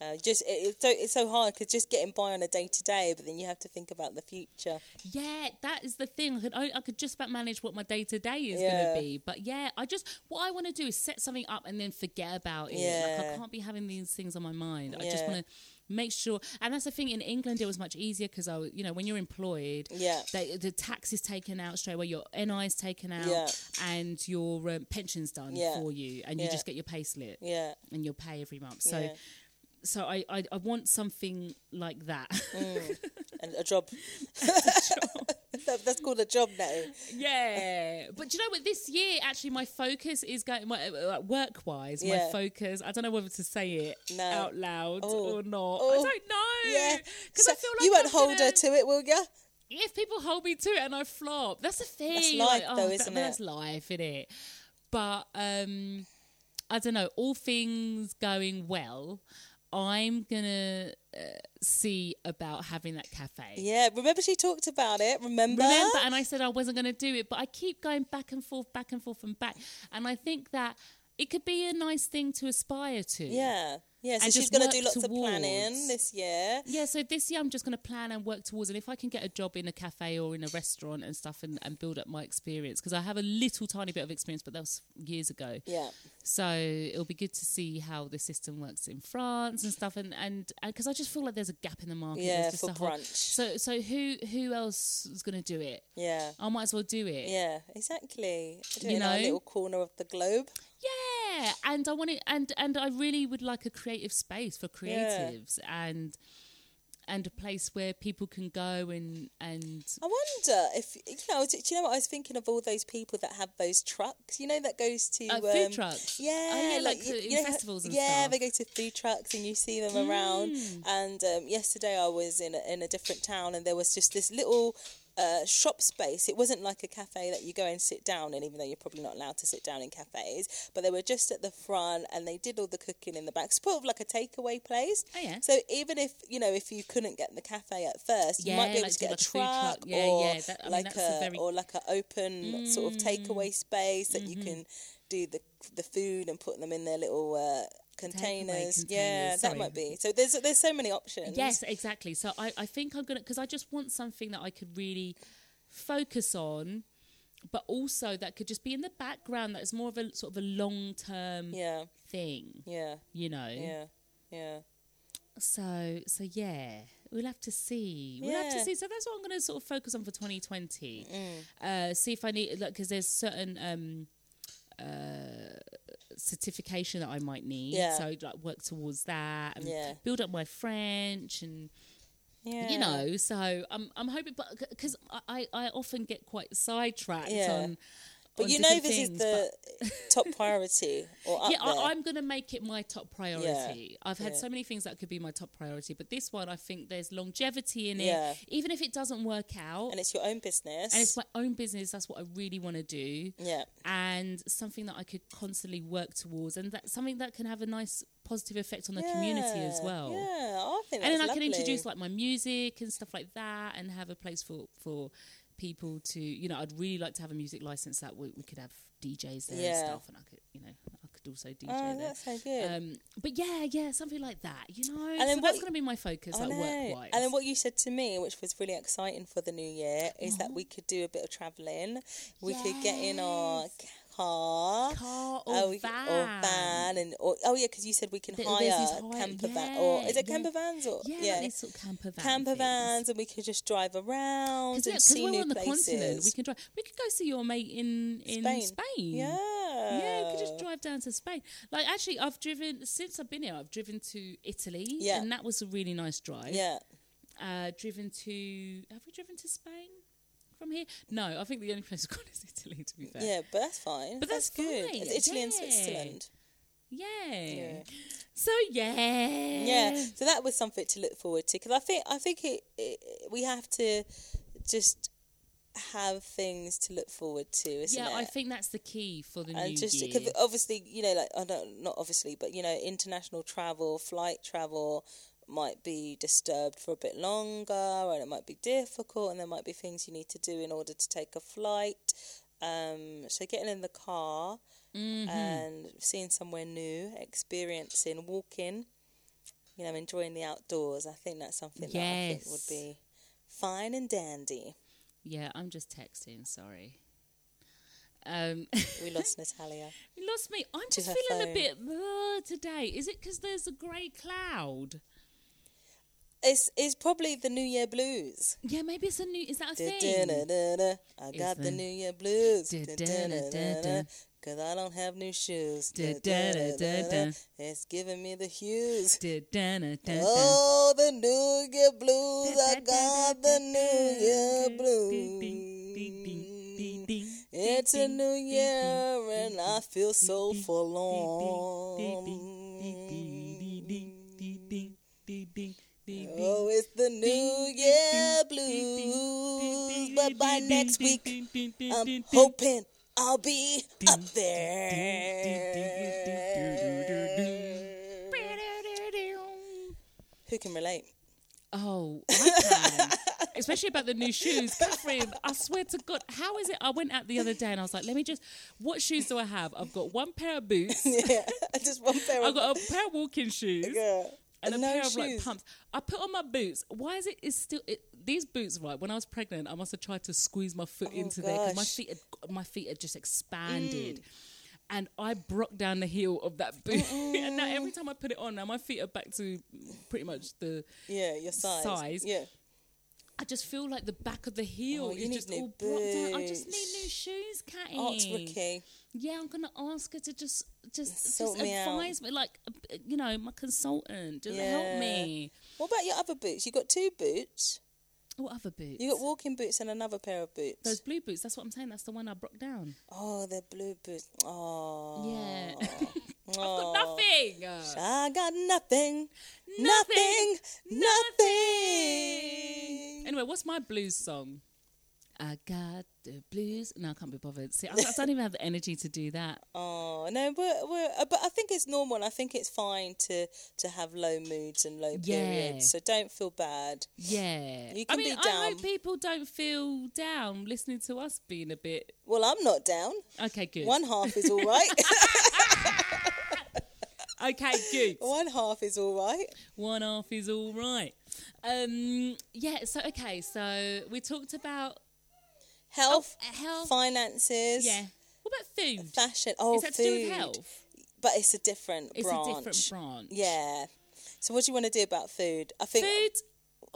Speaker 3: Uh, just it, it's so it's so hard because just getting by on a day to day, but then you have to think about the future.
Speaker 1: yeah, that is the thing. I could, I, I could just about manage what my day to day is
Speaker 3: Yeah.
Speaker 1: going to be, but yeah, I just what I want to do is set something up and then forget about it. Like
Speaker 3: Yeah.
Speaker 1: I can't be having these things on my mind. I just
Speaker 3: Yeah.
Speaker 1: want to make sure. And that's the thing. In England, it was much easier because I, was- you know, when you're employed,
Speaker 3: Yeah.
Speaker 1: they, the tax is taken out straight away, your NI is taken out,
Speaker 3: Yeah.
Speaker 1: and your um, pension's done
Speaker 3: Yeah.
Speaker 1: for you, and you
Speaker 3: Yeah.
Speaker 1: just get your pay slip
Speaker 3: Yeah.
Speaker 1: and your pay every month. So,
Speaker 3: Yeah.
Speaker 1: so I, I, I want something like that.
Speaker 3: Mm. And a job. That- That's called a job now.
Speaker 1: yeah, but do you know what? This year, actually, my focus is going my uh, work-wise.
Speaker 3: Yeah.
Speaker 1: My focus. I don't know whether to say it
Speaker 3: No.
Speaker 1: out loud
Speaker 3: Oh.
Speaker 1: or not.
Speaker 3: Oh.
Speaker 1: I don't know.
Speaker 3: Yeah.
Speaker 1: because
Speaker 3: So
Speaker 1: I feel like
Speaker 3: you won't
Speaker 1: I'm
Speaker 3: hold
Speaker 1: gonna-
Speaker 3: her to it, will you?
Speaker 1: if people hold me to it and I flop, that's the thing. oh,
Speaker 3: life though,
Speaker 1: that-
Speaker 3: isn't
Speaker 1: That's life, isn't it? But um, I don't know. All things going well, I'm gonna uh, see about having that cafe.
Speaker 3: Yeah. Remember she talked about it. Remember?
Speaker 1: Remember, and I said I wasn't going to do it, but I keep going back and forth, back and forth, and back. And I think that it could be a nice thing to aspire to.
Speaker 3: Yeah. Yeah. So
Speaker 1: And
Speaker 3: she's
Speaker 1: just
Speaker 3: going to
Speaker 1: work
Speaker 3: do lots of
Speaker 1: towards.
Speaker 3: planning this year.
Speaker 1: Yeah, so this year I'm just going to plan and work towards, and if I can get a job in a cafe or in a restaurant and stuff, and, and build up my experience because I have a little tiny bit of experience, but that was years ago.
Speaker 3: Yeah.
Speaker 1: So it'll be good to see how the system works in France and stuff, and and because I just feel like there's a gap in the market.
Speaker 3: Yeah,
Speaker 1: there's just
Speaker 3: for
Speaker 1: a whole-
Speaker 3: brunch.
Speaker 1: So so who who else is going to do it?
Speaker 3: Yeah.
Speaker 1: I might as well do it.
Speaker 3: Yeah, exactly. Do it
Speaker 1: You
Speaker 3: in our
Speaker 1: know?
Speaker 3: little corner of the globe.
Speaker 1: Yeah, and I want to, and and I really would like a creative space for
Speaker 3: Yeah.
Speaker 1: creatives and and a place where people can go and and
Speaker 3: I wonder if you know. Do you know what I was thinking of? All those people that have those trucks, you know, that goes to um,
Speaker 1: Uh, food trucks?
Speaker 3: Yeah,
Speaker 1: Oh, yeah, like to- in
Speaker 3: how-
Speaker 1: festivals and
Speaker 3: yeah,
Speaker 1: stuff. Mm.
Speaker 3: they go to food trucks, and you see them around. And um, yesterday, I was in a, in a different town, and there was just this little. Uh, shop space. It wasn't like a cafe that you go and sit down in, even though you're probably not allowed to sit down in cafes. But they were just at the front, and they did all the cooking in the back. It's sort of like a takeaway place.
Speaker 1: Oh, yeah.
Speaker 3: So even if you know if you couldn't get in the cafe at first, you might be
Speaker 1: Yeah,
Speaker 3: able
Speaker 1: like
Speaker 3: to
Speaker 1: to
Speaker 3: get
Speaker 1: like
Speaker 3: a
Speaker 1: a food
Speaker 3: truck,
Speaker 1: truck. Yeah,
Speaker 3: or
Speaker 1: yeah, that- I mean,
Speaker 3: like
Speaker 1: that's
Speaker 3: a,
Speaker 1: a very-
Speaker 3: or like an open sort
Speaker 1: Mm.
Speaker 3: of takeaway space that you
Speaker 1: Mm-hmm.
Speaker 3: can do the the food and put them in their little uh, containers. Yeah,
Speaker 1: containers,
Speaker 3: that
Speaker 1: sorry.
Speaker 3: might be. So there's there's so many options.
Speaker 1: yes, exactly. So I I think I'm gonna because I just want something that I could really focus on, but also that could just be in the background. That is more of a sort of a long term
Speaker 3: Yeah.
Speaker 1: thing,
Speaker 3: Yeah.
Speaker 1: you know.
Speaker 3: Yeah. Yeah.
Speaker 1: So so yeah, we'll have to see. We'll have
Speaker 3: Yeah.
Speaker 1: to see. So that's what I'm going to sort of focus on for 2020.
Speaker 3: Mm.
Speaker 1: Uh, see if I need like because there's certain um, uh, certification that I might need.
Speaker 3: Yeah.
Speaker 1: So like work towards that and
Speaker 3: Yeah.
Speaker 1: build up my French and
Speaker 3: Yeah.
Speaker 1: you know. So I'm I'm hoping, but because I I often get quite sidetracked
Speaker 3: Yeah.
Speaker 1: on.
Speaker 3: But
Speaker 1: on
Speaker 3: you know
Speaker 1: different
Speaker 3: this is
Speaker 1: things, but-
Speaker 3: the top priority or up
Speaker 1: yeah,
Speaker 3: there.
Speaker 1: I, I'm going to make it my top priority. I've had
Speaker 3: Yeah.
Speaker 1: so many things that could be my top priority, but this one, I think there's longevity in it.
Speaker 3: Yeah.
Speaker 1: Even if it doesn't work out,
Speaker 3: and it's your own business.
Speaker 1: and it's my own business, that's what I really want to do,
Speaker 3: yeah.
Speaker 1: and something that I could constantly work towards, and that's something that can have a nice positive effect on the
Speaker 3: yeah.
Speaker 1: community as well.
Speaker 3: Yeah, I think
Speaker 1: And then I
Speaker 3: that's
Speaker 1: can
Speaker 3: lovely.
Speaker 1: introduce like my music and stuff like that, and have a place for for people to, you know, I'd really like to have a music license that we, we could have DJs there and
Speaker 3: Yeah.
Speaker 1: stuff, and I could, you know, I could also DJ
Speaker 3: Oh,
Speaker 1: there.
Speaker 3: that's so good.
Speaker 1: Um, but yeah, yeah, something like that, you know. And
Speaker 3: then
Speaker 1: so
Speaker 3: what
Speaker 1: that's
Speaker 3: you-
Speaker 1: going to be my focus,
Speaker 3: I
Speaker 1: like
Speaker 3: know.
Speaker 1: work wise.
Speaker 3: And then what you said to me, which was really exciting for the new year,
Speaker 1: Mm-hmm.
Speaker 3: is that we could do a bit of travelling. We could get in our ca- car. uh,
Speaker 1: Car Or
Speaker 3: Oh, we can-
Speaker 1: van.
Speaker 3: or van, and or, oh yeah, because you said we can
Speaker 1: That
Speaker 3: hire
Speaker 1: there's these hire-
Speaker 3: camper van,
Speaker 1: yeah,
Speaker 3: or is it
Speaker 1: yeah.
Speaker 3: camper vans or
Speaker 1: Yeah, like these sort of camper van
Speaker 3: camper
Speaker 1: things.
Speaker 3: vans, and we could just drive around and
Speaker 1: Because
Speaker 3: see
Speaker 1: we're
Speaker 3: new
Speaker 1: on the
Speaker 3: places.
Speaker 1: continent, we can drive. We could go see your mate in in Spain.
Speaker 3: Spain. Yeah.
Speaker 1: Yeah, we could
Speaker 3: Uh,
Speaker 1: just drive down to Spain. Like, actually, I've driven since I've been here. I've driven to Italy,
Speaker 3: Yeah.
Speaker 1: and that was a really nice drive.
Speaker 3: Yeah.
Speaker 1: Uh, driven to have we driven to Spain from here? No, I think the only place we've gone is Italy. To be fair,
Speaker 3: Yeah, but that's fine.
Speaker 1: But that's
Speaker 3: good.
Speaker 1: fine,
Speaker 3: It's Italy and
Speaker 1: yeah.
Speaker 3: Switzerland.
Speaker 1: yeah.
Speaker 3: Yeah.
Speaker 1: So yeah,
Speaker 3: Yeah, so that was something to look forward to because I think I think it, it we have to just have things to look forward to, isn't
Speaker 1: yeah.
Speaker 3: it?
Speaker 1: I think that's the key for the
Speaker 3: and
Speaker 1: new
Speaker 3: just
Speaker 1: year.
Speaker 3: because obviously you know like I don't not obviously but you know international travel, flight travel might be disturbed for a bit longer and it might be difficult and there might be things you need to do in order to take a flight. Um, so getting in the car and seeing somewhere new, experiencing walking, you know, enjoying the outdoors. I think that's something that I think would
Speaker 1: Yes.
Speaker 3: be fine and dandy.
Speaker 1: yeah, I'm just texting. Sorry. Um,
Speaker 3: We lost Natalia.
Speaker 1: You lost me. I'm just
Speaker 3: her
Speaker 1: feeling a
Speaker 3: phone.
Speaker 1: bit uh, today. Is it because there's a grey cloud?
Speaker 3: It's it's probably the New Year blues.
Speaker 1: Yeah, maybe it's a new. Is that a thing?
Speaker 3: Da-da-da-da, I
Speaker 1: Is
Speaker 3: got the
Speaker 1: the-
Speaker 3: New Year blues.
Speaker 1: Da-da-da-da-da.
Speaker 3: Because I don't have new shoes.
Speaker 1: Da-da-da-da-da.
Speaker 3: Da-da-da-da-da, It's giving me the hues.
Speaker 1: Da-da-da-da-da.
Speaker 3: Oh, the New Year blues. I got the New Year
Speaker 1: Ding, ding, ding, ding, ding,
Speaker 3: blues.
Speaker 1: ding,
Speaker 3: It's a
Speaker 1: ding,
Speaker 3: new
Speaker 1: ding,
Speaker 3: year
Speaker 1: ding,
Speaker 3: and
Speaker 1: ding,
Speaker 3: I feel so
Speaker 1: ding, ding,
Speaker 3: forlorn.
Speaker 1: ding, ding, ding, ding, ding, ding, ding, ding, ding.
Speaker 3: Oh, it's the New
Speaker 1: ding, ding,
Speaker 3: Year
Speaker 1: ding, ding,
Speaker 3: blues.
Speaker 1: ding,
Speaker 3: But by
Speaker 1: ding,
Speaker 3: next
Speaker 1: ding,
Speaker 3: week,
Speaker 1: ding, ding, ding,
Speaker 3: I'm
Speaker 1: ding, ding.
Speaker 3: hoping I'll be up there. Who can relate?
Speaker 1: Oh, I can. Especially about the new shoes. Catherine, I swear to God, how is it? I went out the other day and I was like, let me just, what shoes do I have? I've got one pair of boots,
Speaker 3: yeah, just one pair
Speaker 1: I've
Speaker 3: of
Speaker 1: got a pair of walking shoes,
Speaker 3: yeah.
Speaker 1: and a
Speaker 3: no
Speaker 1: pair of
Speaker 3: shoes.
Speaker 1: like pumps. I put on my boots. Why is it? It's still it, these boots, right? When I was pregnant, I must have tried to squeeze my foot into there 'cause my
Speaker 3: Oh, gosh. Mm.
Speaker 1: feet, had, my feet had just expanded. And I broke down the heel of that boot, and
Speaker 3: Oh.
Speaker 1: now every time I put it on, now my feet are back to pretty much the.
Speaker 3: Yeah, your size.
Speaker 1: Size.
Speaker 3: Yeah.
Speaker 1: I just feel like the back of the heel
Speaker 3: Oh, you
Speaker 1: is
Speaker 3: need
Speaker 1: just
Speaker 3: new
Speaker 1: all broke down. I just
Speaker 3: boots.
Speaker 1: need new shoes, Catty.
Speaker 3: Arts Ricky.
Speaker 1: Yeah, I'm gonna ask her to just just, just
Speaker 3: Sort me out.
Speaker 1: advise me, like uh, you know, my consultant, just help
Speaker 3: Yeah.
Speaker 1: me.
Speaker 3: What about your other boots? You got two boots.
Speaker 1: What other boots?
Speaker 3: You got walking boots and another pair of boots.
Speaker 1: Those blue boots. That's what I'm saying. That's the one I broke down.
Speaker 3: Oh, they're blue boots. Oh.
Speaker 1: Yeah. I've got
Speaker 3: Oh.
Speaker 1: nothing.
Speaker 3: I got nothing.
Speaker 1: Nothing.
Speaker 3: Nothing. Nothing.
Speaker 1: Anyway, what's my blues song? I got the blues. No, I can't be bothered. See, I, I don't even have the energy to do that.
Speaker 3: Oh no, we're, we're, uh, but I think it's normal. and I think it's fine to to have low moods and low
Speaker 1: Yeah.
Speaker 3: periods. So don't feel bad.
Speaker 1: Yeah.
Speaker 3: You
Speaker 1: I
Speaker 3: can
Speaker 1: mean,
Speaker 3: be
Speaker 1: I hope
Speaker 3: down.
Speaker 1: people don't feel down listening to us being a bit.
Speaker 3: Well, I'm not down.
Speaker 1: Okay, good.
Speaker 3: One half is all right.
Speaker 1: Okay, good.
Speaker 3: One half is all right.
Speaker 1: One off is all right. Um, yeah. So okay. So we talked about
Speaker 3: Health,
Speaker 1: Oh, health.
Speaker 3: finances,
Speaker 1: yeah. What about food?
Speaker 3: fashion. Oh,
Speaker 1: Is that
Speaker 3: food.
Speaker 1: to do with health?
Speaker 3: But it's a different
Speaker 1: It's
Speaker 3: branch.
Speaker 1: a different branch.
Speaker 3: Yeah. So what do you want to do about food? I think.
Speaker 1: Food.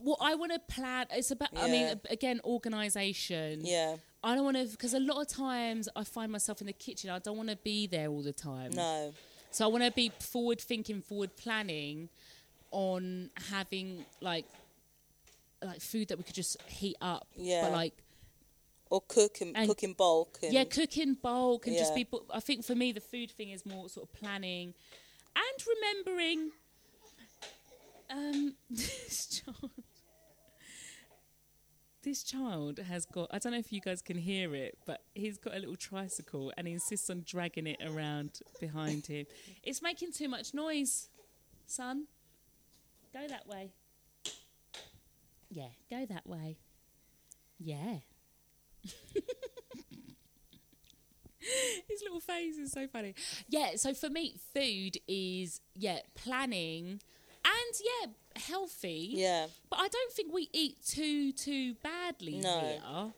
Speaker 1: Well, I want to plan. It's about. I
Speaker 3: Yeah.
Speaker 1: mean, again, organisation.
Speaker 3: Yeah.
Speaker 1: I don't want to because a lot of times I find myself in the kitchen. I don't want to be there all the time.
Speaker 3: No.
Speaker 1: So I want to be forward thinking, forward planning on having like like food that we could just heat up.
Speaker 3: Yeah.
Speaker 1: But like
Speaker 3: Or cook and,
Speaker 1: And-
Speaker 3: cook in bulk. And,
Speaker 1: yeah, cook in bulk and just
Speaker 3: Yeah.
Speaker 1: be. bu- I think for me the food thing is more sort of planning and remembering. Um, this child. This child has got. I don't know if you guys can hear it, but he's got a little tricycle and he insists on dragging it around behind him. It's making too much noise, son. Go that way. Yeah, go that way. Yeah. His little face is so funny. Yeah, so for me, food is yeah, planning and yeah, healthy.
Speaker 3: Yeah.
Speaker 1: But I don't think we eat too too badly
Speaker 3: No.
Speaker 1: here.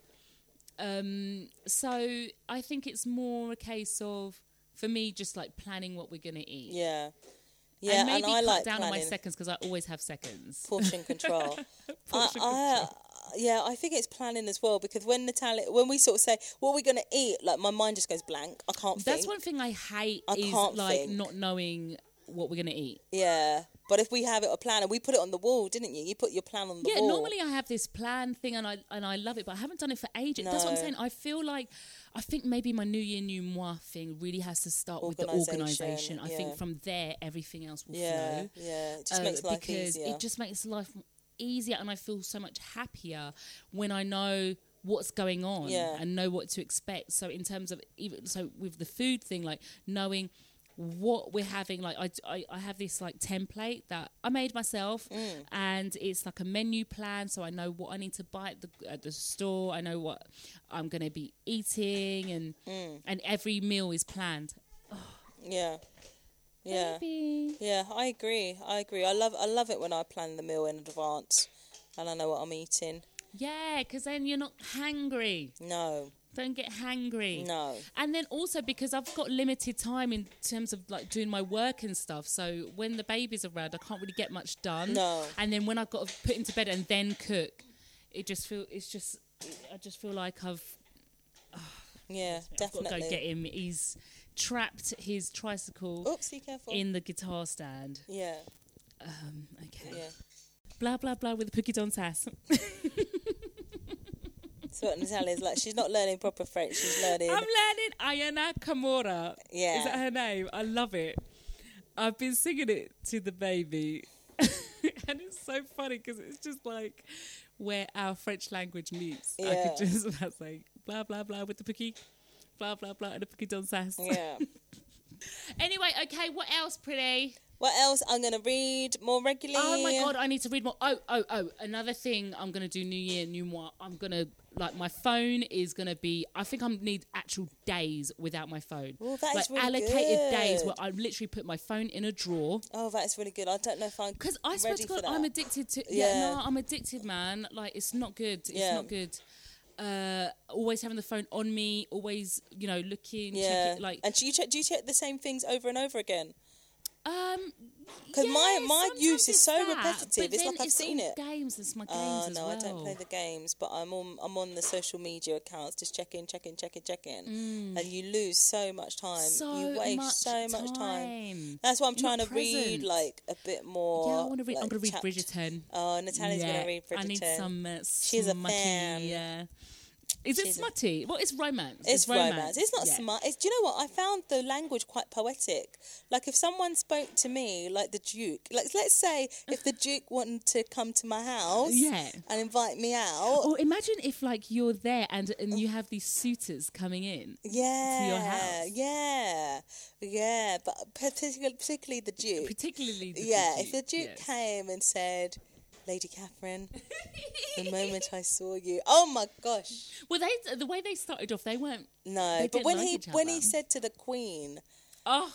Speaker 1: Um so I think it's more a case of for me, just like planning what we're going to eat.
Speaker 3: Yeah. Yeah,
Speaker 1: and
Speaker 3: and,
Speaker 1: maybe
Speaker 3: I
Speaker 1: cut
Speaker 3: like
Speaker 1: down on my
Speaker 3: planning
Speaker 1: seconds because I always have seconds.
Speaker 3: portion control.
Speaker 1: Portion
Speaker 3: I, I, Uh, yeah, I think it's planning as well because when Natalia, when we sort of say what are we going to eat, like my mind just goes blank. I can't.
Speaker 1: That's
Speaker 3: think.
Speaker 1: one thing I hate
Speaker 3: I
Speaker 1: is
Speaker 3: can't
Speaker 1: like
Speaker 3: think.
Speaker 1: not knowing what we're going to eat.
Speaker 3: Yeah, but if we have it a plan and we put it on the wall, didn't you? You put your plan on the
Speaker 1: Yeah,
Speaker 3: wall.
Speaker 1: normally I have this plan thing and I and I love it, but I haven't done it for ages. That's what I'm
Speaker 3: No.
Speaker 1: saying. I feel like I think maybe my New Year, New Moi thing really has to start with the
Speaker 3: Organisation,
Speaker 1: organisation. I
Speaker 3: yeah.
Speaker 1: think from there everything else will
Speaker 3: Yeah,
Speaker 1: flow.
Speaker 3: yeah, it just
Speaker 1: uh,
Speaker 3: makes life
Speaker 1: because
Speaker 3: easier.
Speaker 1: it just makes life easier, and I feel so much happier when I know what's going on
Speaker 3: Yeah.
Speaker 1: and know what to expect. So in terms of even so with the food thing, like knowing what we're having like I, I, I have this like template that i made myself
Speaker 3: Mm.
Speaker 1: and it's like a menu plan so i know what i need to buy at the, at the store i know what i'm going to be eating and
Speaker 3: Mm.
Speaker 1: and every meal is planned
Speaker 3: yeah, yeah,
Speaker 1: Baby.
Speaker 3: yeah. I agree. I agree. I love. I love it when I plan the meal in advance and I know what I'm eating.
Speaker 1: yeah because then you're not hangry
Speaker 3: No,
Speaker 1: Don't get hangry.
Speaker 3: No.
Speaker 1: And then also because I've got limited time in terms of like doing my work and stuff. So when the baby's around, I can't really get much done.
Speaker 3: No.
Speaker 1: And then when I've got to put into bed and then cook, it just feel it's just I just feel like I've,
Speaker 3: yeah,
Speaker 1: I've got to
Speaker 3: definitely.
Speaker 1: go get him. He's trapped his tricycle
Speaker 3: Oops, be careful.
Speaker 1: in the guitar stand.
Speaker 3: yeah,
Speaker 1: Um, okay.
Speaker 3: yeah.
Speaker 1: Blah blah blah with the Pookie Don Sass.
Speaker 3: So what Natalia's like, she's not learning proper French. She's learning.
Speaker 1: I'm learning Ayana Kamora.
Speaker 3: Yeah.
Speaker 1: Is that her name? I love it. I've been singing it to the baby. and it's so funny because it's just like where our French language meets. I
Speaker 3: Yeah.
Speaker 1: could just about say blah, blah, blah with the pookie, blah, blah, blah, and the pookie don't sass.
Speaker 3: yeah.
Speaker 1: Anyway, okay, what else, pretty?
Speaker 3: What else? I'm gonna read more regularly.
Speaker 1: Oh my god, I need to read more. Oh, oh, oh. Another thing I'm gonna do New Year, New Moi. I'm gonna like my phone is gonna be I think I need actual days without my phone.
Speaker 3: Well, that
Speaker 1: like
Speaker 3: is really
Speaker 1: allocated days
Speaker 3: good.
Speaker 1: where I literally put my phone in a drawer.
Speaker 3: Oh, that's really good. I don't know if I'm
Speaker 1: Because I swear
Speaker 3: ready
Speaker 1: to
Speaker 3: for
Speaker 1: God,
Speaker 3: that.
Speaker 1: I'm addicted to. Yeah.
Speaker 3: Yeah.
Speaker 1: no, I'm addicted, man. Like, it's not good. It's
Speaker 3: Yeah.
Speaker 1: not good. Uh, always having the phone on me, always, you know, looking,
Speaker 3: yeah.
Speaker 1: checking. Like,
Speaker 3: and do you check? Do you check the same things over and over again?
Speaker 1: um,
Speaker 3: Because my
Speaker 1: yeah,
Speaker 3: my
Speaker 1: sometimes
Speaker 3: use is
Speaker 1: it's
Speaker 3: so
Speaker 1: that,
Speaker 3: repetitive.
Speaker 1: but
Speaker 3: It's
Speaker 1: then
Speaker 3: like I've
Speaker 1: it's
Speaker 3: seen
Speaker 1: all
Speaker 3: it.
Speaker 1: Games, it's my games
Speaker 3: Oh
Speaker 1: as
Speaker 3: no,
Speaker 1: well.
Speaker 3: I don't play the games, but I'm on I'm on the social media accounts, just checking, checking, checking, checking, and you lose so much time.
Speaker 1: Mm. So
Speaker 3: you waste
Speaker 1: much
Speaker 3: so much
Speaker 1: time.
Speaker 3: time. That's why I'm
Speaker 1: You're
Speaker 3: trying
Speaker 1: not
Speaker 3: to read
Speaker 1: present.
Speaker 3: like a bit more.
Speaker 1: yeah, I want to read. I'm
Speaker 3: like,
Speaker 1: gonna read
Speaker 3: chap-
Speaker 1: Bridgerton.
Speaker 3: Oh, Natalia's
Speaker 1: yeah,
Speaker 3: gonna read Bridgerton.
Speaker 1: I need some uh,
Speaker 3: She's a
Speaker 1: smutty,
Speaker 3: fan.
Speaker 1: Yeah. Is it
Speaker 3: She's a-
Speaker 1: smutty? Well, it's romance.
Speaker 3: It's, romance. It's not
Speaker 1: Yeah.
Speaker 3: smart. It's, do you know what? I found the language quite poetic. Like if someone spoke to me, like the Duke, like let's say if the Duke wanted to come to my house,
Speaker 1: Yeah. Oh,
Speaker 3: and invite me out,
Speaker 1: Or imagine if like you're there and and you have these suitors coming in.
Speaker 3: yeah,
Speaker 1: house.
Speaker 3: yeah, yeah. But particularly, particularly the Duke,
Speaker 1: Particularly, the
Speaker 3: yeah.
Speaker 1: Duke,
Speaker 3: If the Duke
Speaker 1: yes.
Speaker 3: came and said, "Lady Catherine," the moment I saw you, oh my gosh.
Speaker 1: well, they the way they started off, they weren't.
Speaker 3: No,
Speaker 1: They
Speaker 3: but
Speaker 1: didn't
Speaker 3: when
Speaker 1: like
Speaker 3: he
Speaker 1: each
Speaker 3: when he
Speaker 1: other.
Speaker 3: said to the Queen,
Speaker 1: Oh,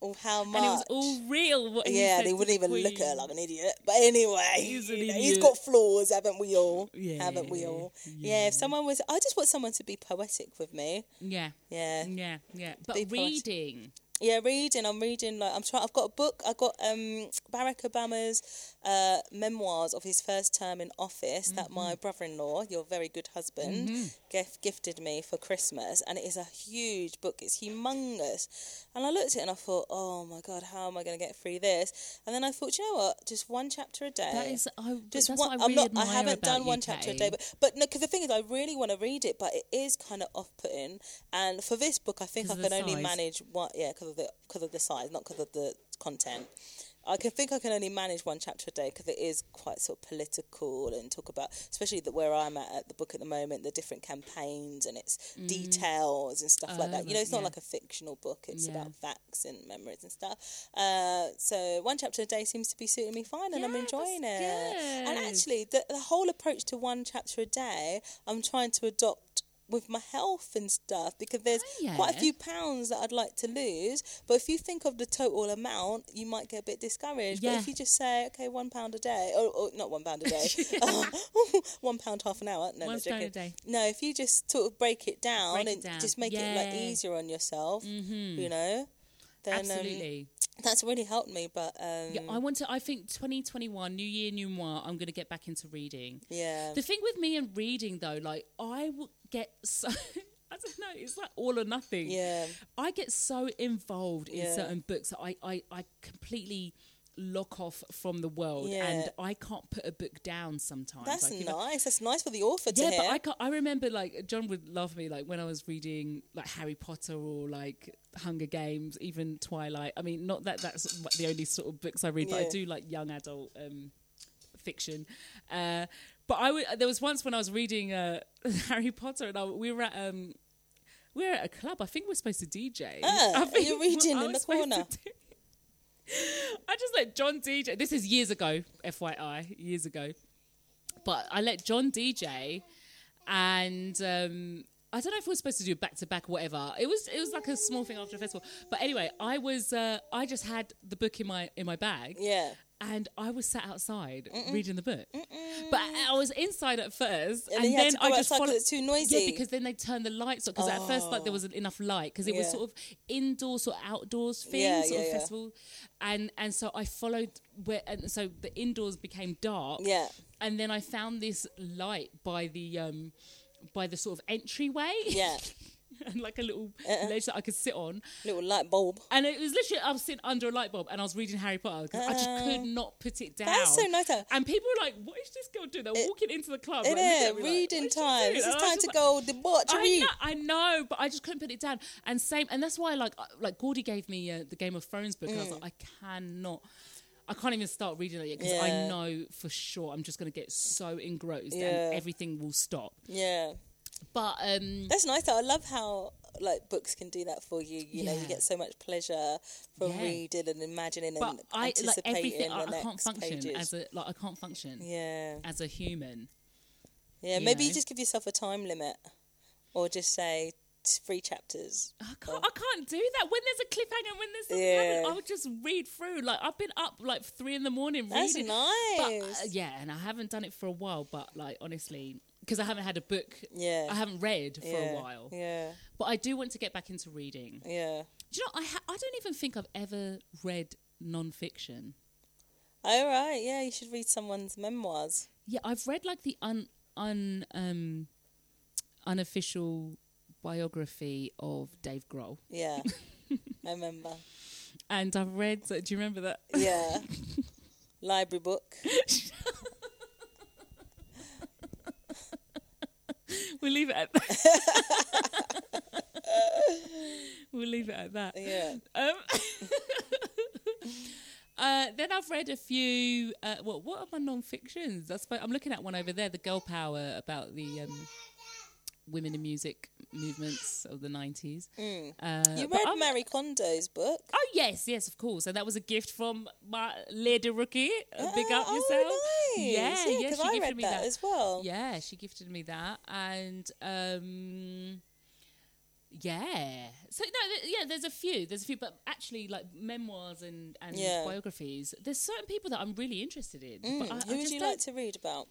Speaker 3: "Oh, how much?"
Speaker 1: and it was all real. What he
Speaker 3: Yeah,
Speaker 1: said
Speaker 3: they
Speaker 1: to
Speaker 3: wouldn't
Speaker 1: the
Speaker 3: even look at her
Speaker 1: Queen.
Speaker 3: like an idiot. But anyway,
Speaker 1: He's an
Speaker 3: you know, he's
Speaker 1: idiot.
Speaker 3: got flaws, haven't we all?
Speaker 1: Yeah,
Speaker 3: haven't we all? Yeah. if someone was, I just want someone to be poetic with me.
Speaker 1: Yeah,
Speaker 3: Yeah,
Speaker 1: yeah, yeah. But
Speaker 3: Big party.
Speaker 1: reading,
Speaker 3: yeah. Reading, I'm reading. Like, I'm trying. I've got a book. I got um, Barack Obama's uh, memoirs of his first term in office that
Speaker 1: Mm-hmm.
Speaker 3: my brother-in-law, your very good husband, gif- gifted me for Christmas, and it is a huge book. It's humongous, and I looked at it and I thought, oh my god, how am I going to get through this? And then I thought, "Do you know what? Just one chapter a day
Speaker 1: that is, I
Speaker 3: uh, just
Speaker 1: that's
Speaker 3: one.
Speaker 1: What I, really
Speaker 3: am not. I
Speaker 1: admire
Speaker 3: haven't
Speaker 1: about
Speaker 3: done
Speaker 1: you,
Speaker 3: one chapter a
Speaker 1: Kay.
Speaker 3: day, but but no, because the thing is, I really want to read it, but it is kind of off-putting. And for this book, I think
Speaker 1: 'Cause
Speaker 3: I
Speaker 1: of the
Speaker 3: can only
Speaker 1: size.
Speaker 3: manage one. Yeah, because of the because of the size, not because of the content. I can think I can only manage one chapter a day because it is quite sort of political and talk about, especially the, where I'm at at the book at the moment, the different campaigns and its details and stuff
Speaker 1: Mm. Oh,
Speaker 3: like that. You
Speaker 1: right,
Speaker 3: know, it's not
Speaker 1: yeah.
Speaker 3: like a fictional book; it's
Speaker 1: Yeah.
Speaker 3: about facts and memories and stuff. Uh, so one chapter a day seems to be suiting me fine, and I'm
Speaker 1: Yeah,
Speaker 3: enjoying it.
Speaker 1: that's
Speaker 3: And
Speaker 1: good.
Speaker 3: actually, the, the whole approach to one chapter a day, I'm trying to adopt with my health and stuff because there's
Speaker 1: Oh, yeah.
Speaker 3: quite a few pounds that I'd like to lose. But if you think of the total amount, you might get a bit discouraged. But
Speaker 1: Yeah.
Speaker 3: if you just say, okay, one pound a day, or, or not one pound a day, one pound half an hour. No,
Speaker 1: One
Speaker 3: no,
Speaker 1: pound
Speaker 3: joking.
Speaker 1: a day.
Speaker 3: No, if you just sort of break it down
Speaker 1: Break it
Speaker 3: and
Speaker 1: down.
Speaker 3: just make it like
Speaker 1: Yeah. Mm-hmm.
Speaker 3: easier on yourself, you know, then um,
Speaker 1: Absolutely.
Speaker 3: that's really helped me. But um,
Speaker 1: yeah, I want to. I think 2021, New Year, New Moi. I'm going to get back into reading.
Speaker 3: yeah,
Speaker 1: The thing with me and reading though, like I will get so I don't know, it's like all or nothing.
Speaker 3: Yeah.
Speaker 1: I get so involved in
Speaker 3: Yeah.
Speaker 1: certain books that I, I, I completely lock off from the world
Speaker 3: Yeah.
Speaker 1: and I can't put a book down sometimes.
Speaker 3: that's
Speaker 1: Like, if I-
Speaker 3: nice. That's nice for the author to
Speaker 1: yeah,
Speaker 3: hear.
Speaker 1: but I, can't, I remember like John would love me like when I was reading like Harry Potter or like Hunger Games, even Twilight. I mean, not that that's what the only sort of books I read, but I
Speaker 3: Yeah.
Speaker 1: do like young adult um, fiction. Uh, but I would, there was once when I was reading uh, Harry Potter and I, we were at um, we were at a club. I think we're supposed to DJ.
Speaker 3: Ah,
Speaker 1: I think
Speaker 3: you're reading
Speaker 1: I
Speaker 3: in
Speaker 1: was
Speaker 3: the
Speaker 1: supposed to
Speaker 3: corner.
Speaker 1: do- I just let John DJ. This is years ago, FYI, years ago. But I let John DJ, and um, I don't know if we are supposed to do back to back, whatever. It was it was like a small thing after the festival. But anyway, I was uh, I just had the book in my in my bag,
Speaker 3: yeah.
Speaker 1: and I was sat outside reading the book. But I was inside at first, and,
Speaker 3: And then you had
Speaker 1: then
Speaker 3: to go
Speaker 1: I just
Speaker 3: outside 'cause
Speaker 1: followed.
Speaker 3: it's too noisy.
Speaker 1: Yeah, because then they turned the lights on. Because at first, like there wasn't enough light because it
Speaker 3: Oh. Yeah.
Speaker 1: was sort of indoors or outdoors thing,
Speaker 3: Yeah,
Speaker 1: sort
Speaker 3: yeah,
Speaker 1: of
Speaker 3: yeah.
Speaker 1: festival. And and so I followed where, and so the indoors became dark.
Speaker 3: Yeah.
Speaker 1: And then I found this light by the um by the sort of entryway.
Speaker 3: Yeah. Uh-uh.
Speaker 1: and like a little ledge that I could sit on.
Speaker 3: Little light bulb.
Speaker 1: And it was literally I was sitting under a light bulb and I was reading Harry Potter because I just could not put it down.
Speaker 3: Uh-uh. That's so nice. though.
Speaker 1: And people were like, "What is this girl doing?" They're walking into the club. like,
Speaker 3: It
Speaker 1: looking
Speaker 3: is
Speaker 1: at me like,
Speaker 3: reading
Speaker 1: "What is she
Speaker 3: time.
Speaker 1: doing?"
Speaker 3: This
Speaker 1: And
Speaker 3: is
Speaker 1: I was
Speaker 3: time
Speaker 1: just
Speaker 3: to
Speaker 1: like,
Speaker 3: go debauchery.
Speaker 1: I know, I know, but I just couldn't put it down. And same, and that's why, like, uh, like Gordy gave me uh, the Game of Thrones book, and
Speaker 3: Mm.
Speaker 1: I was like, I cannot, I can't even start reading it yet because
Speaker 3: Yeah.
Speaker 1: I know for sure I'm just going to get so engrossed
Speaker 3: Yeah.
Speaker 1: and everything will stop.
Speaker 3: Yeah,
Speaker 1: But um,
Speaker 3: that's nice. Though. I love how like books can do that for you. You know, you
Speaker 1: Yeah.
Speaker 3: get so much pleasure from
Speaker 1: Yeah.
Speaker 3: reading and imagining
Speaker 1: but
Speaker 3: and
Speaker 1: I like
Speaker 3: anticipating
Speaker 1: everything.
Speaker 3: the
Speaker 1: I, I
Speaker 3: next
Speaker 1: can't function
Speaker 3: pages.
Speaker 1: as a like I can't function
Speaker 3: yeah,
Speaker 1: as a human.
Speaker 3: yeah.
Speaker 1: you
Speaker 3: Maybe you
Speaker 1: know.
Speaker 3: just give yourself a time limit, or just say "It's three chapters.
Speaker 1: I can't, I can't do that. When there's a cliffhanger, when there's something
Speaker 3: Yeah.
Speaker 1: happening, I would just read through. Like I've been up like three in the morning
Speaker 3: That's
Speaker 1: reading. But, uh,
Speaker 3: nice.
Speaker 1: yeah, and I haven't done it for a while. But like honestly, because I haven't had a book,
Speaker 3: Yeah.
Speaker 1: I haven't read for
Speaker 3: yeah.
Speaker 1: a while.
Speaker 3: Yeah,
Speaker 1: But I do want to get back into reading.
Speaker 3: yeah.
Speaker 1: Do you know? I ha- I don't even think I've ever read non-fiction.
Speaker 3: All Oh, right. Yeah, you should read someone's memoirs.
Speaker 1: Yeah, I've read like the un un um unofficial biography of Dave Grohl,
Speaker 3: Yeah, I remember.
Speaker 1: and I've read. Do you remember that?
Speaker 3: Yeah, library book.
Speaker 1: We'll leave it at that. we'll leave it at that.
Speaker 3: Yeah.
Speaker 1: Um, uh, then I've read a few. Uh, what what are my non-fictions? I suppose, I'm looking at one over there, the Girl Power about the um, women in music movements of the 90s. Uh,
Speaker 3: Mm. You
Speaker 1: but
Speaker 3: read
Speaker 1: I'm-
Speaker 3: Mary Kondo's book.
Speaker 1: Oh yes, yes, of course, and that was a gift from my lady rookie. Uh, Big up
Speaker 3: Oh,
Speaker 1: yourself.
Speaker 3: nice.
Speaker 1: Yeah, yeah,
Speaker 3: because
Speaker 1: she
Speaker 3: I
Speaker 1: gifted
Speaker 3: read
Speaker 1: me
Speaker 3: that,
Speaker 1: that.
Speaker 3: as well.
Speaker 1: Yeah, she gifted me that, and um, yeah. So no, th- yeah. There's a few. There's a few, but actually, like memoirs and and
Speaker 3: Yeah.
Speaker 1: biographies. There's certain people that I'm really interested in.
Speaker 3: Mm,
Speaker 1: but I,
Speaker 3: Who
Speaker 1: I
Speaker 3: would
Speaker 1: just
Speaker 3: you
Speaker 1: don't-
Speaker 3: like to read about?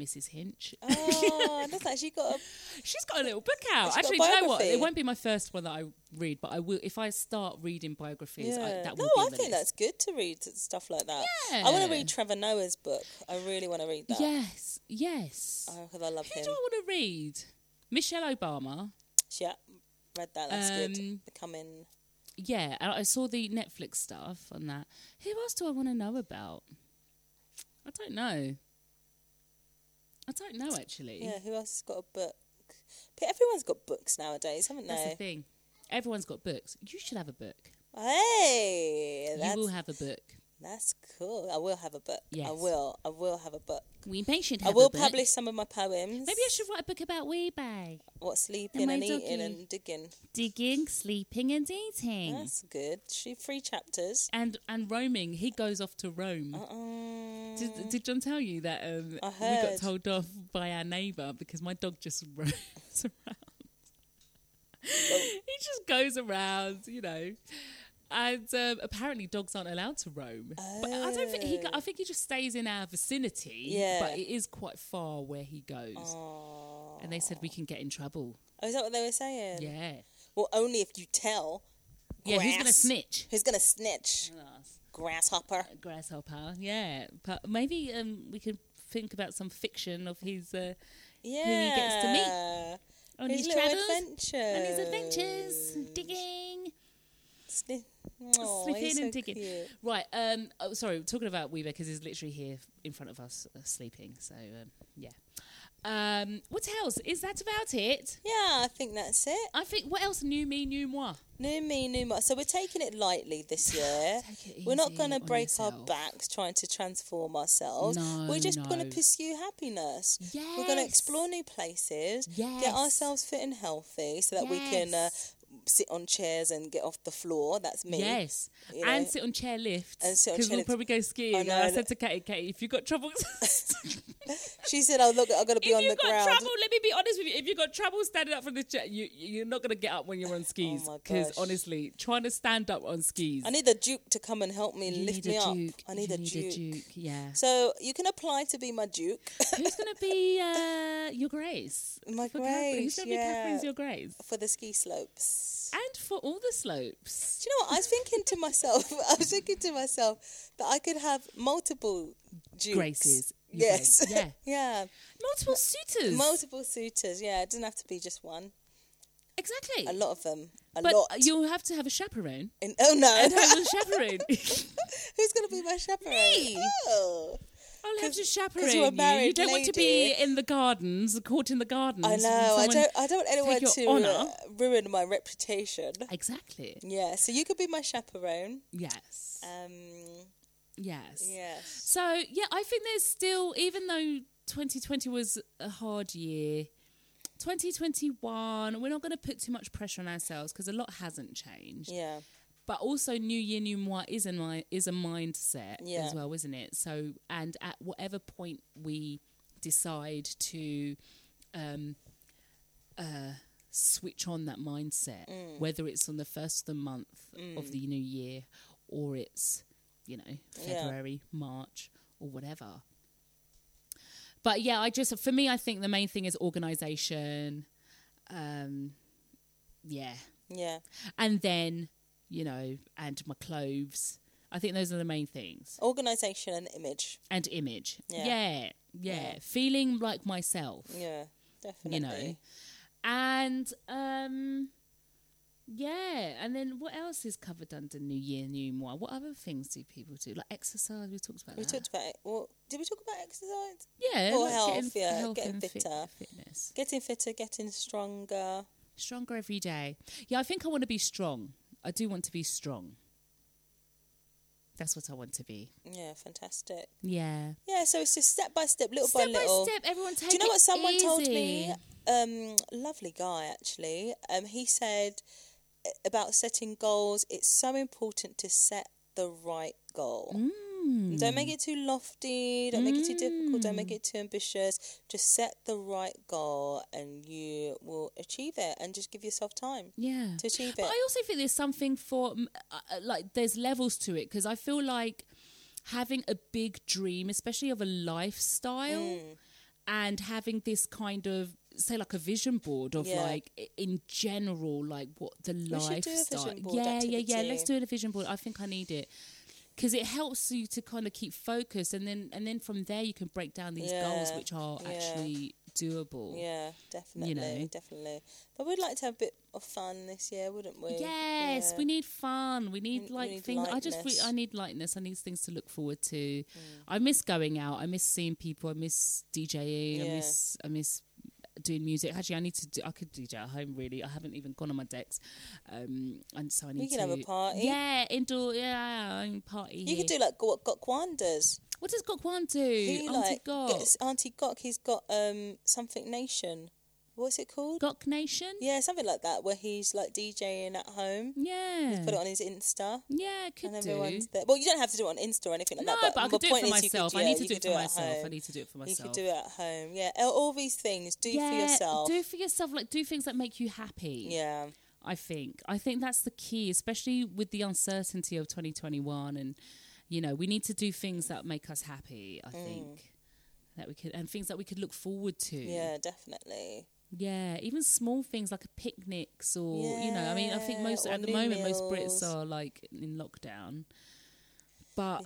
Speaker 1: Mrs. Hinch.
Speaker 3: Oh, that's actually got a.
Speaker 1: She's got a little book out.
Speaker 3: Has she
Speaker 1: Actually, do
Speaker 3: got a
Speaker 1: you know what?
Speaker 3: biography?
Speaker 1: It won't be my first one that I read, but I will if I start reading biographies. I,
Speaker 3: Yeah.
Speaker 1: that will
Speaker 3: no,
Speaker 1: be
Speaker 3: I
Speaker 1: on the
Speaker 3: think
Speaker 1: list.
Speaker 3: that's good to read s- stuff like that. I want to
Speaker 1: Yeah.
Speaker 3: read Trevor Noah's book. I really want to read that.
Speaker 1: yes, yes.
Speaker 3: Because I love
Speaker 1: Who
Speaker 3: him.
Speaker 1: do I want to read? Michelle Obama.
Speaker 3: Yeah, read that. That's
Speaker 1: Um,
Speaker 3: good. Becoming.
Speaker 1: Yeah, and I saw the Netflix stuff on that. Who else do I want to know about? I don't know. I don't know actually.
Speaker 3: Yeah, who else has got a book? But everyone's got books nowadays, haven't
Speaker 1: That's the
Speaker 3: they?
Speaker 1: thing. Everyone's got books. You should have a book.
Speaker 3: Hey,
Speaker 1: you
Speaker 3: that's,
Speaker 1: will have a book.
Speaker 3: That's cool. I will have a book.
Speaker 1: Yes.
Speaker 3: I will. I will have a book.
Speaker 1: We may should
Speaker 3: I
Speaker 1: have
Speaker 3: will
Speaker 1: a book.
Speaker 3: publish some of my poems.
Speaker 1: Maybe I should write a book about Weebay.
Speaker 3: What's sleeping
Speaker 1: my
Speaker 3: and eating
Speaker 1: doggy.
Speaker 3: and digging.
Speaker 1: Digging, sleeping, and eating.
Speaker 3: That's good. She three chapters.
Speaker 1: And and roaming. He goes off to
Speaker 3: Oh,
Speaker 1: Rome.
Speaker 3: Um,
Speaker 1: Did, did John tell you that um,
Speaker 3: I
Speaker 1: we
Speaker 3: heard.
Speaker 1: got told off by our neighbour because my dog just roams around? he just goes around, you know. And um, apparently, dogs aren't allowed to roam. But I don't think he. Go- I think he just stays in our vicinity.
Speaker 3: Yeah.
Speaker 1: But it is quite far where he goes.
Speaker 3: Aw.
Speaker 1: And they said we can get in trouble.
Speaker 3: Oh, is that what they were saying?
Speaker 1: Yeah.
Speaker 3: Well, only if you tell.
Speaker 1: Yeah. Who's gonna
Speaker 3: Grass.
Speaker 1: snitch?
Speaker 3: Who's gonna snitch? Grasshopper.
Speaker 1: Grasshopper. Yeah. But maybe um, we could think about some fiction of his. Uh,
Speaker 3: Yeah.
Speaker 1: gets to meet on
Speaker 3: His
Speaker 1: his
Speaker 3: little
Speaker 1: travels
Speaker 3: adventures.
Speaker 1: and his adventures, digging,
Speaker 3: Sni- Aw, he's
Speaker 1: slipping
Speaker 3: so
Speaker 1: and digging.
Speaker 3: cute.
Speaker 1: Right. Um. Oh, sorry. Talking about Weaver because he's literally here in front of us uh, sleeping. So um, yeah. Um. What else? Is that about it?
Speaker 3: Yeah, I think that's it.
Speaker 1: I think. What else? New me, new moi.
Speaker 3: New me, new mo. So we're taking it lightly this year.
Speaker 1: Take it
Speaker 3: we're not
Speaker 1: easy
Speaker 3: going to
Speaker 1: on
Speaker 3: break our
Speaker 1: yourself.
Speaker 3: backs trying to transform ourselves.
Speaker 1: No,
Speaker 3: we're just going
Speaker 1: no.
Speaker 3: to pursue happiness. We're going to
Speaker 1: Yes.
Speaker 3: explore new places, get
Speaker 1: Yes.
Speaker 3: ourselves fit and healthy so that we can uh,
Speaker 1: Yes.
Speaker 3: sit on chairs and get off the floor. That's me.
Speaker 1: Yes,
Speaker 3: You
Speaker 1: and
Speaker 3: know.
Speaker 1: sit on chair lifts
Speaker 3: And sit on
Speaker 1: because
Speaker 3: chair
Speaker 1: we'll
Speaker 3: lifts.
Speaker 1: probably go skiing.
Speaker 3: I
Speaker 1: And
Speaker 3: know,
Speaker 1: I
Speaker 3: and-
Speaker 1: said to Katie, Katie, if you've got trouble, if
Speaker 3: She said, Oh, look, I've got to be on the
Speaker 1: you've got
Speaker 3: ground.
Speaker 1: trouble, let me be honest with you. If you've got trouble standing up from the chair, you, you're not going to get up when you're on skis.
Speaker 3: Oh my
Speaker 1: Because
Speaker 3: gosh.
Speaker 1: honestly, trying to stand up on skis,
Speaker 3: I need the Duke to come and help me
Speaker 1: you
Speaker 3: lift
Speaker 1: need
Speaker 3: me
Speaker 1: a
Speaker 3: up.
Speaker 1: Duke.
Speaker 3: I need,
Speaker 1: you
Speaker 3: a, duke.
Speaker 1: Yeah.
Speaker 3: So you can apply to be my Duke.
Speaker 1: Who's going to be uh, your Grace?
Speaker 3: My
Speaker 1: For Catherine-
Speaker 3: Grace,
Speaker 1: Who's going to
Speaker 3: yeah.
Speaker 1: be Catherine's your Ah. Grace?
Speaker 3: for the ski slopes.
Speaker 1: And for all the slopes,
Speaker 3: Do you know what? I was thinking to myself, I was thinking to myself that I could have multiple dukes.
Speaker 1: Graces. Your
Speaker 3: Yes.
Speaker 1: Grace, yeah.
Speaker 3: yeah.
Speaker 1: multiple suitors.
Speaker 3: Multiple suitors. Yeah. It doesn't have to be just one.
Speaker 1: exactly.
Speaker 3: A lot of them. A
Speaker 1: But
Speaker 3: lot.
Speaker 1: you'll have to have a chaperone.
Speaker 3: And- oh, no.
Speaker 1: And have a chaperone.
Speaker 3: Who's going to be my chaperone?
Speaker 1: Me.
Speaker 3: Oh.
Speaker 1: I'll have
Speaker 3: 'Cause-
Speaker 1: to
Speaker 3: 'cause
Speaker 1: chaperone
Speaker 3: you're a
Speaker 1: you. You
Speaker 3: married
Speaker 1: don't want to be
Speaker 3: lady.
Speaker 1: in the gardens, caught in the gardens.
Speaker 3: I
Speaker 1: and
Speaker 3: know. I
Speaker 1: someone-
Speaker 3: don't, I don't want anyone
Speaker 1: your
Speaker 3: to uh,
Speaker 1: honour.
Speaker 3: ruin my reputation.
Speaker 1: Exactly.
Speaker 3: Yeah. So you could be my chaperone.
Speaker 1: Yes.
Speaker 3: Um,
Speaker 1: yes.
Speaker 3: yes.
Speaker 1: So yeah, I think there's still, even though 2020 was a hard year, 2021, we're not going to put too much pressure on ourselves because a lot hasn't changed.
Speaker 3: Yeah.
Speaker 1: But also, New Year, New Moi is a mi- is a mindset
Speaker 3: Yeah.
Speaker 1: as well, isn't it? So, and at whatever point we decide to um, uh, switch on that mindset,
Speaker 3: Mm.
Speaker 1: whether it's on the first of the month of the new year, or it's you know
Speaker 3: Yeah.
Speaker 1: February, March, or whatever. But yeah, I just for me, I think the main thing is organisation. Um, yeah,
Speaker 3: Yeah.
Speaker 1: and then you know and my clothes i think those are the main things
Speaker 3: Organisation and image.
Speaker 1: and image
Speaker 3: Yeah.
Speaker 1: yeah yeah,
Speaker 3: Yeah.
Speaker 1: feeling like myself
Speaker 3: Yeah. Definitely.
Speaker 1: you know and um yeah and then what else is covered under new year new moi what other things do people do like exercise we talked about
Speaker 3: We
Speaker 1: that.
Speaker 3: talked about it. Well, did we talk about exercise?
Speaker 1: yeah
Speaker 3: Or
Speaker 1: like
Speaker 3: health,
Speaker 1: getting,
Speaker 3: yeah,
Speaker 1: health
Speaker 3: getting
Speaker 1: and fit-
Speaker 3: fitter.
Speaker 1: fitness
Speaker 3: Getting fitter, getting stronger.
Speaker 1: stronger every day yeah i think i want to be strong i do want to be strong that's what i want to be
Speaker 3: Yeah, fantastic.
Speaker 1: yeah
Speaker 3: Yeah, so it's just step by step, little
Speaker 1: step
Speaker 3: by little.
Speaker 1: step, everyone take
Speaker 3: Do you know
Speaker 1: it
Speaker 3: what someone told me?
Speaker 1: easy.
Speaker 3: Um, lovely guy actually. Um, he said uh, about setting goals. It's so important to set the right goal.
Speaker 1: Mm.
Speaker 3: Don't make it too lofty. Don't make it too difficult. Don't make it too ambitious. Just set the right goal, and you will achieve it. And just give yourself time
Speaker 1: Yeah.
Speaker 3: to achieve
Speaker 1: But
Speaker 3: it.
Speaker 1: I also think there's something for, mm, uh, uh, like, there's levels to it because I feel like having a big dream, especially of a lifestyle,
Speaker 3: Mm.
Speaker 1: and having this kind of, say, like a vision board of,
Speaker 3: Yeah.
Speaker 1: like, i- in general, like what the
Speaker 3: do a
Speaker 1: lifestyle.
Speaker 3: vision board
Speaker 1: yeah, yeah, yeah.
Speaker 3: activity.
Speaker 1: Let's do a vision board. I think I need it. Because it helps you to kind of keep focused, and then and then from there you can break down these goals
Speaker 3: Yeah.
Speaker 1: which are
Speaker 3: Yeah.
Speaker 1: actually doable.
Speaker 3: Yeah, definitely,
Speaker 1: know.
Speaker 3: definitely. But we'd like to have a bit of fun this year, wouldn't we?
Speaker 1: Yes,
Speaker 3: Yeah.
Speaker 1: we need fun. We need
Speaker 3: we
Speaker 1: like
Speaker 3: need
Speaker 1: things. I just re-
Speaker 3: lightness. Mm.
Speaker 1: I need lightness. I need things to look forward to. I miss going out. I miss seeing people. I miss DJing. I
Speaker 3: Yeah.
Speaker 1: miss I miss doing music. Actually, I need to. Do, I could DJ at home. Really, I haven't even gone on my decks, um, and so I need
Speaker 3: can
Speaker 1: to
Speaker 3: have a party.
Speaker 1: Yeah, indoor. Yeah, I'm party.
Speaker 3: You could do like what Gokwan does.
Speaker 1: What does Gokwan do?
Speaker 3: He
Speaker 1: Auntie
Speaker 3: like
Speaker 1: Gok.
Speaker 3: gets Auntie Gok. He's got um something nation. What's it called?
Speaker 1: Gok Nation.
Speaker 3: Yeah, something like that, where he's like DJing at home.
Speaker 1: Yeah.
Speaker 3: Put it on his Insta.
Speaker 1: Yeah, could
Speaker 3: And
Speaker 1: do.
Speaker 3: everyone's there. Well, you don't have to do it on Insta or anything like
Speaker 1: No,
Speaker 3: that.
Speaker 1: but I
Speaker 3: the
Speaker 1: could do it
Speaker 3: point
Speaker 1: for
Speaker 3: is you could-
Speaker 1: myself. I
Speaker 3: yeah,
Speaker 1: need to
Speaker 3: you
Speaker 1: do
Speaker 3: could
Speaker 1: it for
Speaker 3: at
Speaker 1: myself. I
Speaker 3: home.
Speaker 1: need to do it for myself.
Speaker 3: You could do it at home. Yeah, all- all these things. Do for yourself.
Speaker 1: Do for yourself. Like do things that make you happy.
Speaker 3: yeah,
Speaker 1: I think. I think that's the key, especially with the uncertainty of 2021, and you know we need to do things that make us happy. I
Speaker 3: Mm.
Speaker 1: think that we could and things that we could look forward to.
Speaker 3: yeah, definitely.
Speaker 1: Yeah, even small things like a picnics or you know. I mean, I think
Speaker 3: Yeah,
Speaker 1: most
Speaker 3: or
Speaker 1: at the
Speaker 3: new
Speaker 1: moment most
Speaker 3: meals.
Speaker 1: Brits are like in lockdown, but.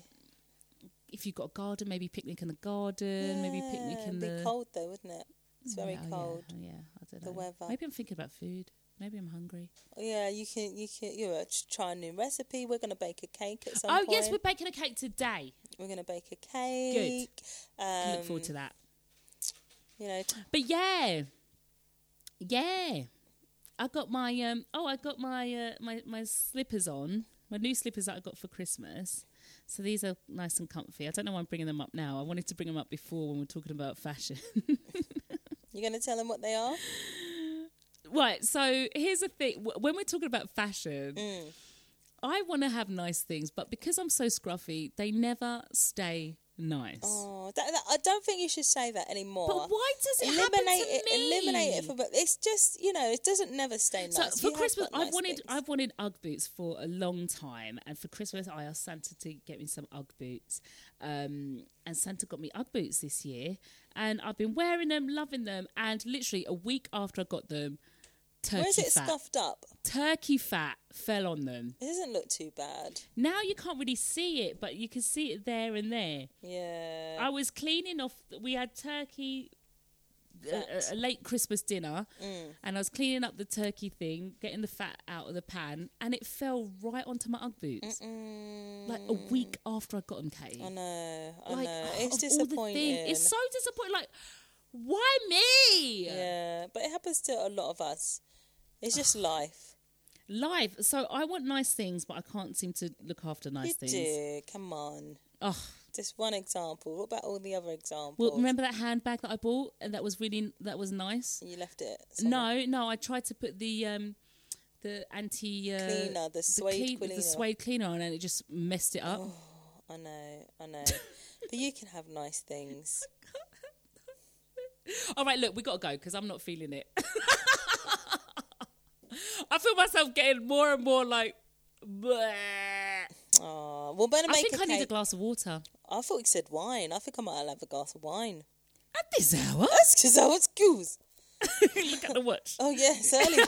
Speaker 1: If you've got a garden, maybe picnic in the garden, maybe picnic
Speaker 3: Yeah,
Speaker 1: in
Speaker 3: it'd
Speaker 1: the
Speaker 3: be cold though, wouldn't it? It's very
Speaker 1: Yeah, oh yeah,
Speaker 3: cold.
Speaker 1: oh Yeah, I don't know.
Speaker 3: The weather.
Speaker 1: Maybe I'm thinking about food. Maybe I'm hungry.
Speaker 3: Yeah, you can. You can. You know, just try a new recipe. We're gonna bake a cake at some
Speaker 1: oh
Speaker 3: point.
Speaker 1: yes, we're baking a cake today.
Speaker 3: we're gonna bake a cake.
Speaker 1: Can
Speaker 3: Um,
Speaker 1: look forward to that.
Speaker 3: You know,
Speaker 1: But yeah, yeah, I got my um. Oh, I got my uh, my my slippers on. My new slippers that I got for Christmas. So these are nice and comfy. I don't know why I'm bringing them up now. I wanted to bring them up before when we we're talking about fashion.
Speaker 3: you're gonna tell them what they are.
Speaker 1: right. So here's the thing. W- When we're talking about fashion,
Speaker 3: Mm.
Speaker 1: I want to have nice things, but because I'm so scruffy, they never stay nice.
Speaker 3: Oh, that, that, I don't think you should say that anymore.
Speaker 1: But why does it
Speaker 3: eliminate
Speaker 1: happen to
Speaker 3: it.
Speaker 1: me?
Speaker 3: Eliminate it from. It's just you know, it doesn't never stay
Speaker 1: So
Speaker 3: nice.
Speaker 1: for
Speaker 3: You have
Speaker 1: Christmas,
Speaker 3: got
Speaker 1: I've
Speaker 3: nice
Speaker 1: wanted
Speaker 3: things.
Speaker 1: I've wanted UGG boots for a long time, and for Christmas I asked Santa to get me some UGG boots, um, and Santa got me UGG boots this year, and I've been wearing them, loving them, and literally a week after I got them, turkey
Speaker 3: Where is it
Speaker 1: fat,
Speaker 3: scuffed up?
Speaker 1: turkey fat fell on them.
Speaker 3: It doesn't look too bad.
Speaker 1: Now you can't really see it, but you can see it there and there.
Speaker 3: Yeah.
Speaker 1: I was cleaning off. We had turkey, a, a- a late Christmas dinner,
Speaker 3: Mm.
Speaker 1: and I was cleaning up the turkey thing, getting the fat out of the pan, and it fell right onto my UGG boots. Like a week after I got them, Katie.
Speaker 3: I know. I
Speaker 1: like
Speaker 3: know.
Speaker 1: oh, of
Speaker 3: It's
Speaker 1: all the
Speaker 3: disappointing.
Speaker 1: things- It's so disappointing. Like, why me?
Speaker 3: yeah, but it happens to a lot of us. It's just life.
Speaker 1: Life. So I want nice things, but I can't seem to look after nice
Speaker 3: You
Speaker 1: things.
Speaker 3: do. Come on.
Speaker 1: Oh,
Speaker 3: Just one example. What about all the other examples?
Speaker 1: well, remember that handbag that I bought, and that was really that was nice.
Speaker 3: you left it. somewhere.
Speaker 1: No, no, I tried to put the um the anti uh,
Speaker 3: Cleaner, the suede
Speaker 1: the
Speaker 3: cleaner. Oh.
Speaker 1: suede cleaner on, and it just messed it up.
Speaker 3: I know. I know. but you can have nice things.
Speaker 1: All right, look, we gotta go because I'm not feeling it. I feel myself getting more and more like. bleh.
Speaker 3: Oh, well, better
Speaker 1: I
Speaker 3: make
Speaker 1: think
Speaker 3: a
Speaker 1: I need a
Speaker 3: cake.
Speaker 1: glass of water
Speaker 3: I thought you said wine. I think I might have a glass of wine.
Speaker 1: at this hour.
Speaker 3: That's because I was goose.
Speaker 1: look at the watch.
Speaker 3: Oh yes, early.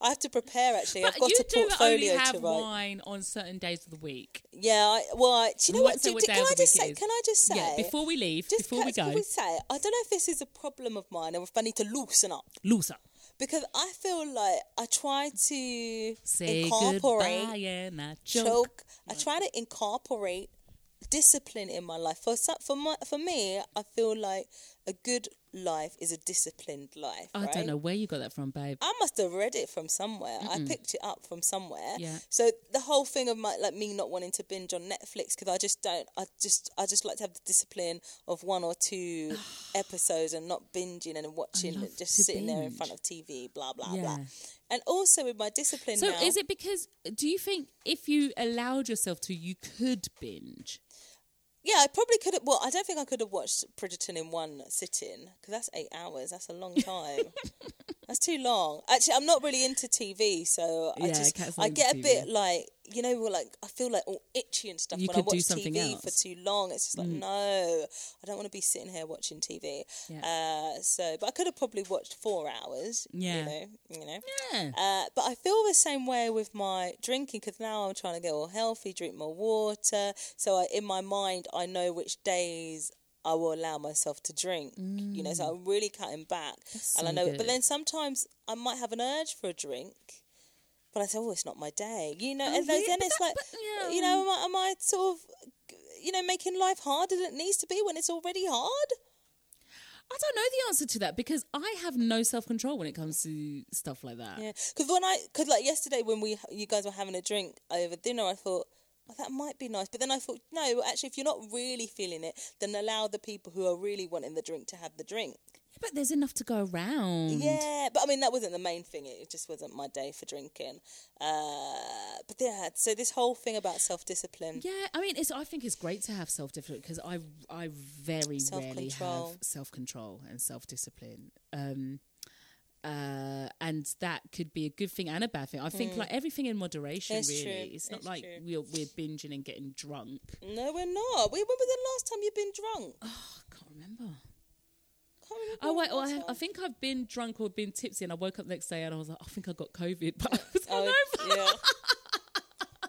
Speaker 3: I have to prepare. Actually, I've
Speaker 1: But
Speaker 3: got
Speaker 1: you
Speaker 3: a
Speaker 1: do only
Speaker 3: portfolio
Speaker 1: have
Speaker 3: to write.
Speaker 1: wine on certain days of the week.
Speaker 3: Yeah, I, well, I, do you know
Speaker 1: We won't
Speaker 3: what?
Speaker 1: say
Speaker 3: do-
Speaker 1: what
Speaker 3: do-
Speaker 1: day
Speaker 3: can
Speaker 1: of
Speaker 3: I
Speaker 1: the
Speaker 3: just
Speaker 1: week
Speaker 3: say?
Speaker 1: it is.
Speaker 3: Can I just say?
Speaker 1: Yeah, before we leave,
Speaker 3: just
Speaker 1: before
Speaker 3: can,
Speaker 1: we go,
Speaker 3: before say, I don't know if this is a problem of mine or if I need to loosen up
Speaker 1: looser.
Speaker 3: because I feel like I try to
Speaker 1: Say
Speaker 3: incorporate
Speaker 1: goodbye and I choke.
Speaker 3: choke. I try to incorporate discipline in my life. For some, for my, for me, I feel like a good life is a disciplined life.
Speaker 1: I
Speaker 3: right?
Speaker 1: don't know where you got that from, babe.
Speaker 3: I must have read it from somewhere. I picked it up from somewhere.
Speaker 1: Yeah.
Speaker 3: So the whole thing of my like me not wanting to binge on Netflix because I just don't. I just I just like to have the discipline of one or two episodes and not binging and watching
Speaker 1: love
Speaker 3: and just
Speaker 1: to
Speaker 3: sitting there in
Speaker 1: binge.
Speaker 3: front of TV. Blah blah
Speaker 1: Yeah.
Speaker 3: blah. And also with my discipline
Speaker 1: So
Speaker 3: now,
Speaker 1: is it because do you think if you allowed yourself to, you could binge?
Speaker 3: yeah, I probably could have. Well, I don't think I could have watched Bridgerton in one sitting because that's eight hours. That's a long time. that's too long. Actually, I'm not really into TV, so I
Speaker 1: Yeah,
Speaker 3: just
Speaker 1: Kat's not
Speaker 3: I get a
Speaker 1: into
Speaker 3: bit like you know, we're like I feel like all itchy and stuff
Speaker 1: You
Speaker 3: when I
Speaker 1: could do
Speaker 3: watch
Speaker 1: something
Speaker 3: TV for
Speaker 1: else. Mm.
Speaker 3: too long. It's just like no, I don't want to be sitting here watching TV. Uh, so, but I could have probably watched four hours.
Speaker 1: Yeah.
Speaker 3: you know, you know.
Speaker 1: Yeah.
Speaker 3: Uh, but I feel the same way with my drinking because now I'm trying to get all healthy, drink more water. So I, in my mind, I know which days I will allow myself to drink. You know, so I'm really cutting back, and I
Speaker 1: Mm. so
Speaker 3: know.
Speaker 1: good.
Speaker 3: But then sometimes I might have an urge for a drink. But I say, oh, it's not my day, you know. and
Speaker 1: really?
Speaker 3: then
Speaker 1: But
Speaker 3: it's
Speaker 1: that-
Speaker 3: like,
Speaker 1: but, Oh, yeah.
Speaker 3: you know, am I, am I sort of, you know, making life harder than it needs to be when it's already hard?
Speaker 1: I don't know the answer to that because I have no self control when it comes to stuff like that.
Speaker 3: Yeah, because when I, because like yesterday when we, you guys were having a drink over dinner, I thought, oh, that might be nice. But then I thought, no, well, actually, if you're not really feeling it, then allow the people who are really wanting the drink to have the drink.
Speaker 1: But there's enough to go around.
Speaker 3: Yeah, but I mean that wasn't the main thing. It just wasn't my day for drinking. Uh, but yeah, so this whole thing about self discipline.
Speaker 1: Yeah, I mean, it's. I think it's great to have self discipline because I, I very rarely have
Speaker 3: Self-control.
Speaker 1: self control and self discipline. Um, uh, and that could be a good thing and a bad thing. I think like everything in moderation.
Speaker 3: Mm. It's
Speaker 1: really,
Speaker 3: true,
Speaker 1: it's not
Speaker 3: it's
Speaker 1: like
Speaker 3: true.
Speaker 1: we're we're binging and getting drunk.
Speaker 3: No, we're not. We, when was the last time you've been drunk? I
Speaker 1: Oh, I can't remember.
Speaker 3: can't remember
Speaker 1: Oh wait,
Speaker 3: the
Speaker 1: well, I,
Speaker 3: last
Speaker 1: have, I
Speaker 3: time.
Speaker 1: think I've been drunk or been tipsy, and I woke up the next day and I was like, I think I got COVID, but I was
Speaker 3: Oh,
Speaker 1: hungover.
Speaker 3: yeah.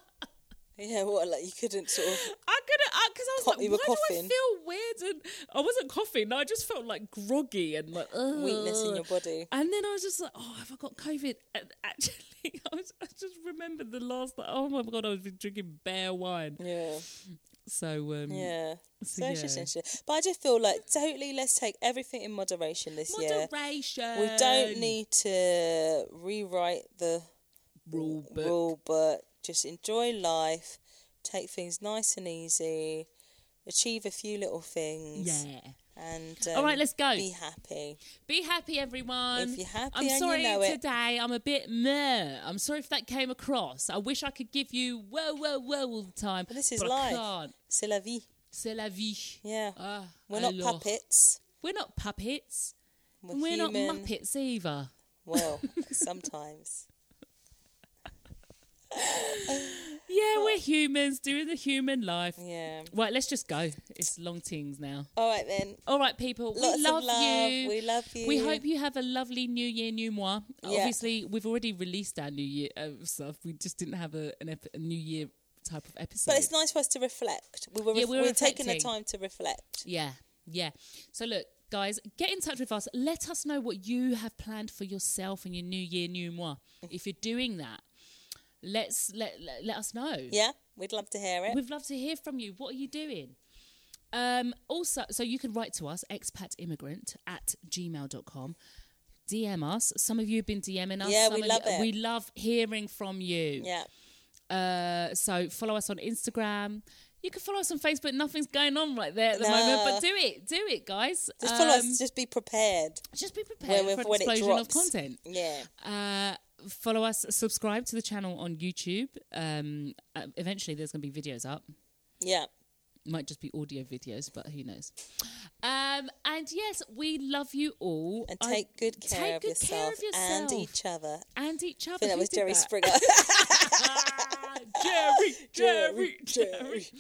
Speaker 3: yeah, what? Like you couldn't sort of.
Speaker 1: I couldn't because I was
Speaker 3: Caught me
Speaker 1: like,
Speaker 3: with
Speaker 1: why
Speaker 3: coughing.
Speaker 1: do I feel weird? And I wasn't coughing. I just felt like groggy and like ugh.
Speaker 3: Weakness in your body.
Speaker 1: And then I was just like, oh, have I got COVID? And actually, I, was, I just remembered the last. Like, oh my god, I was drinking bare wine.
Speaker 3: Yeah.
Speaker 1: So um,
Speaker 3: Yeah.
Speaker 1: So,
Speaker 3: So it's just
Speaker 1: yeah.
Speaker 3: interesting. But I just feel like totally let's take everything in moderation this year.
Speaker 1: moderation.
Speaker 3: We don't need to rewrite the
Speaker 1: rule book.
Speaker 3: rule book. Just enjoy life, take things nice and easy, achieve a few little things.
Speaker 1: Yeah.
Speaker 3: And um,
Speaker 1: All right, let's go.
Speaker 3: Be happy.
Speaker 1: Be happy, everyone.
Speaker 3: If you're happy
Speaker 1: I'm
Speaker 3: and you
Speaker 1: sorry
Speaker 3: know it.
Speaker 1: today. I'm a bit meh. I'm sorry if that came across. I wish I could give you whoa, whoa, whoa all the time.
Speaker 3: But this is
Speaker 1: but
Speaker 3: life.
Speaker 1: I can't.
Speaker 3: C'est la vie.
Speaker 1: C'est la vie.
Speaker 3: Yeah.
Speaker 1: Ah,
Speaker 3: We're not
Speaker 1: alors.
Speaker 3: puppets.
Speaker 1: We're not puppets.
Speaker 3: We're,
Speaker 1: and We're,
Speaker 3: human.
Speaker 1: not muppets either.
Speaker 3: Well, sometimes.
Speaker 1: Yeah, we're humans doing the human life.
Speaker 3: Yeah.
Speaker 1: Right, let's just go. It's long things now.
Speaker 3: All right then.
Speaker 1: All right, people.
Speaker 3: Lots
Speaker 1: we
Speaker 3: of
Speaker 1: love,
Speaker 3: love.
Speaker 1: you.
Speaker 3: We love you.
Speaker 1: We hope you have a lovely New Year, New Moi.
Speaker 3: Yeah.
Speaker 1: Obviously, we've already released our New Year uh, stuff. We just didn't have a, an ep- a New Year type of episode.
Speaker 3: But it's nice for us to reflect. We were,
Speaker 1: Yeah,
Speaker 3: ref-
Speaker 1: we're
Speaker 3: we're, taking the
Speaker 1: reflecting.
Speaker 3: time to reflect.
Speaker 1: Yeah, yeah. So look, guys, get in touch with us. Let us know what you have planned for yourself and your new year, new moi.
Speaker 3: Mm-hmm.
Speaker 1: If you're doing that, let's let let, let us know.
Speaker 3: Yeah, we'd love to hear it.
Speaker 1: We'd love to hear from you. What are you doing? Um, also, so you can write to us, expatimmigrant at gmail.com. DM us. Some of you have been DMing us.
Speaker 3: Yeah,
Speaker 1: Some
Speaker 3: we
Speaker 1: of
Speaker 3: love
Speaker 1: you,
Speaker 3: it.
Speaker 1: We love hearing from you.
Speaker 3: Yeah,
Speaker 1: Uh, so follow us on Instagram. You can follow us on Facebook. Nothing's going on right there at the
Speaker 3: No.
Speaker 1: moment, but do it, do it, guys.
Speaker 3: just follow
Speaker 1: Um,
Speaker 3: us. Just be prepared.
Speaker 1: Just be prepared
Speaker 3: When, when,
Speaker 1: for an
Speaker 3: when it
Speaker 1: explosion
Speaker 3: drops,
Speaker 1: of content.
Speaker 3: Yeah,
Speaker 1: Uh, follow us. Subscribe to the channel on YouTube. Um, uh, eventually, there's going to be videos up.
Speaker 3: yeah.
Speaker 1: Might just be audio videos, but who knows? Um, and yes, we love you all.
Speaker 3: And
Speaker 1: I-
Speaker 3: take good care,
Speaker 1: take
Speaker 3: of,
Speaker 1: good
Speaker 3: yourself
Speaker 1: care of
Speaker 3: and
Speaker 1: yourself.
Speaker 3: each other.
Speaker 1: and each other.
Speaker 3: I think that
Speaker 1: Who
Speaker 3: was
Speaker 1: did
Speaker 3: Jerry
Speaker 1: that?
Speaker 3: Springer.
Speaker 1: Ah, Jerry, Jerry, Jerry.
Speaker 3: Jerry.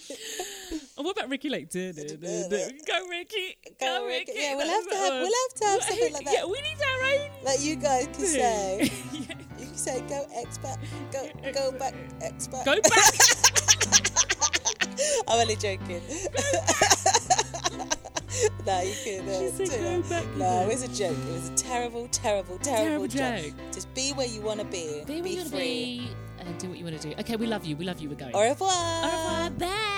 Speaker 1: And what about Ricky Lake? Go Ricky, go
Speaker 3: Go,
Speaker 1: Ricky.
Speaker 3: Ricky. Yeah, we'll have to have- we'll have to have something like that.
Speaker 1: Yeah, we need our own.
Speaker 3: Like you guys can say,
Speaker 1: Yeah.
Speaker 3: you can say, go expat, go go back expat.
Speaker 1: Go back.
Speaker 3: I'm only joking. no, you can. Uh,
Speaker 1: She said go
Speaker 3: do that.
Speaker 1: back, you
Speaker 3: No,
Speaker 1: know.
Speaker 3: it was a joke. It was a terrible, terrible, terrible,
Speaker 1: Terrible
Speaker 3: joke. Just be where you want to be.
Speaker 1: Be where you want to
Speaker 3: free.
Speaker 1: be and do what you want to do. Okay, we love you. We love you. We're going.
Speaker 3: Au revoir.
Speaker 1: Au revoir. Bye.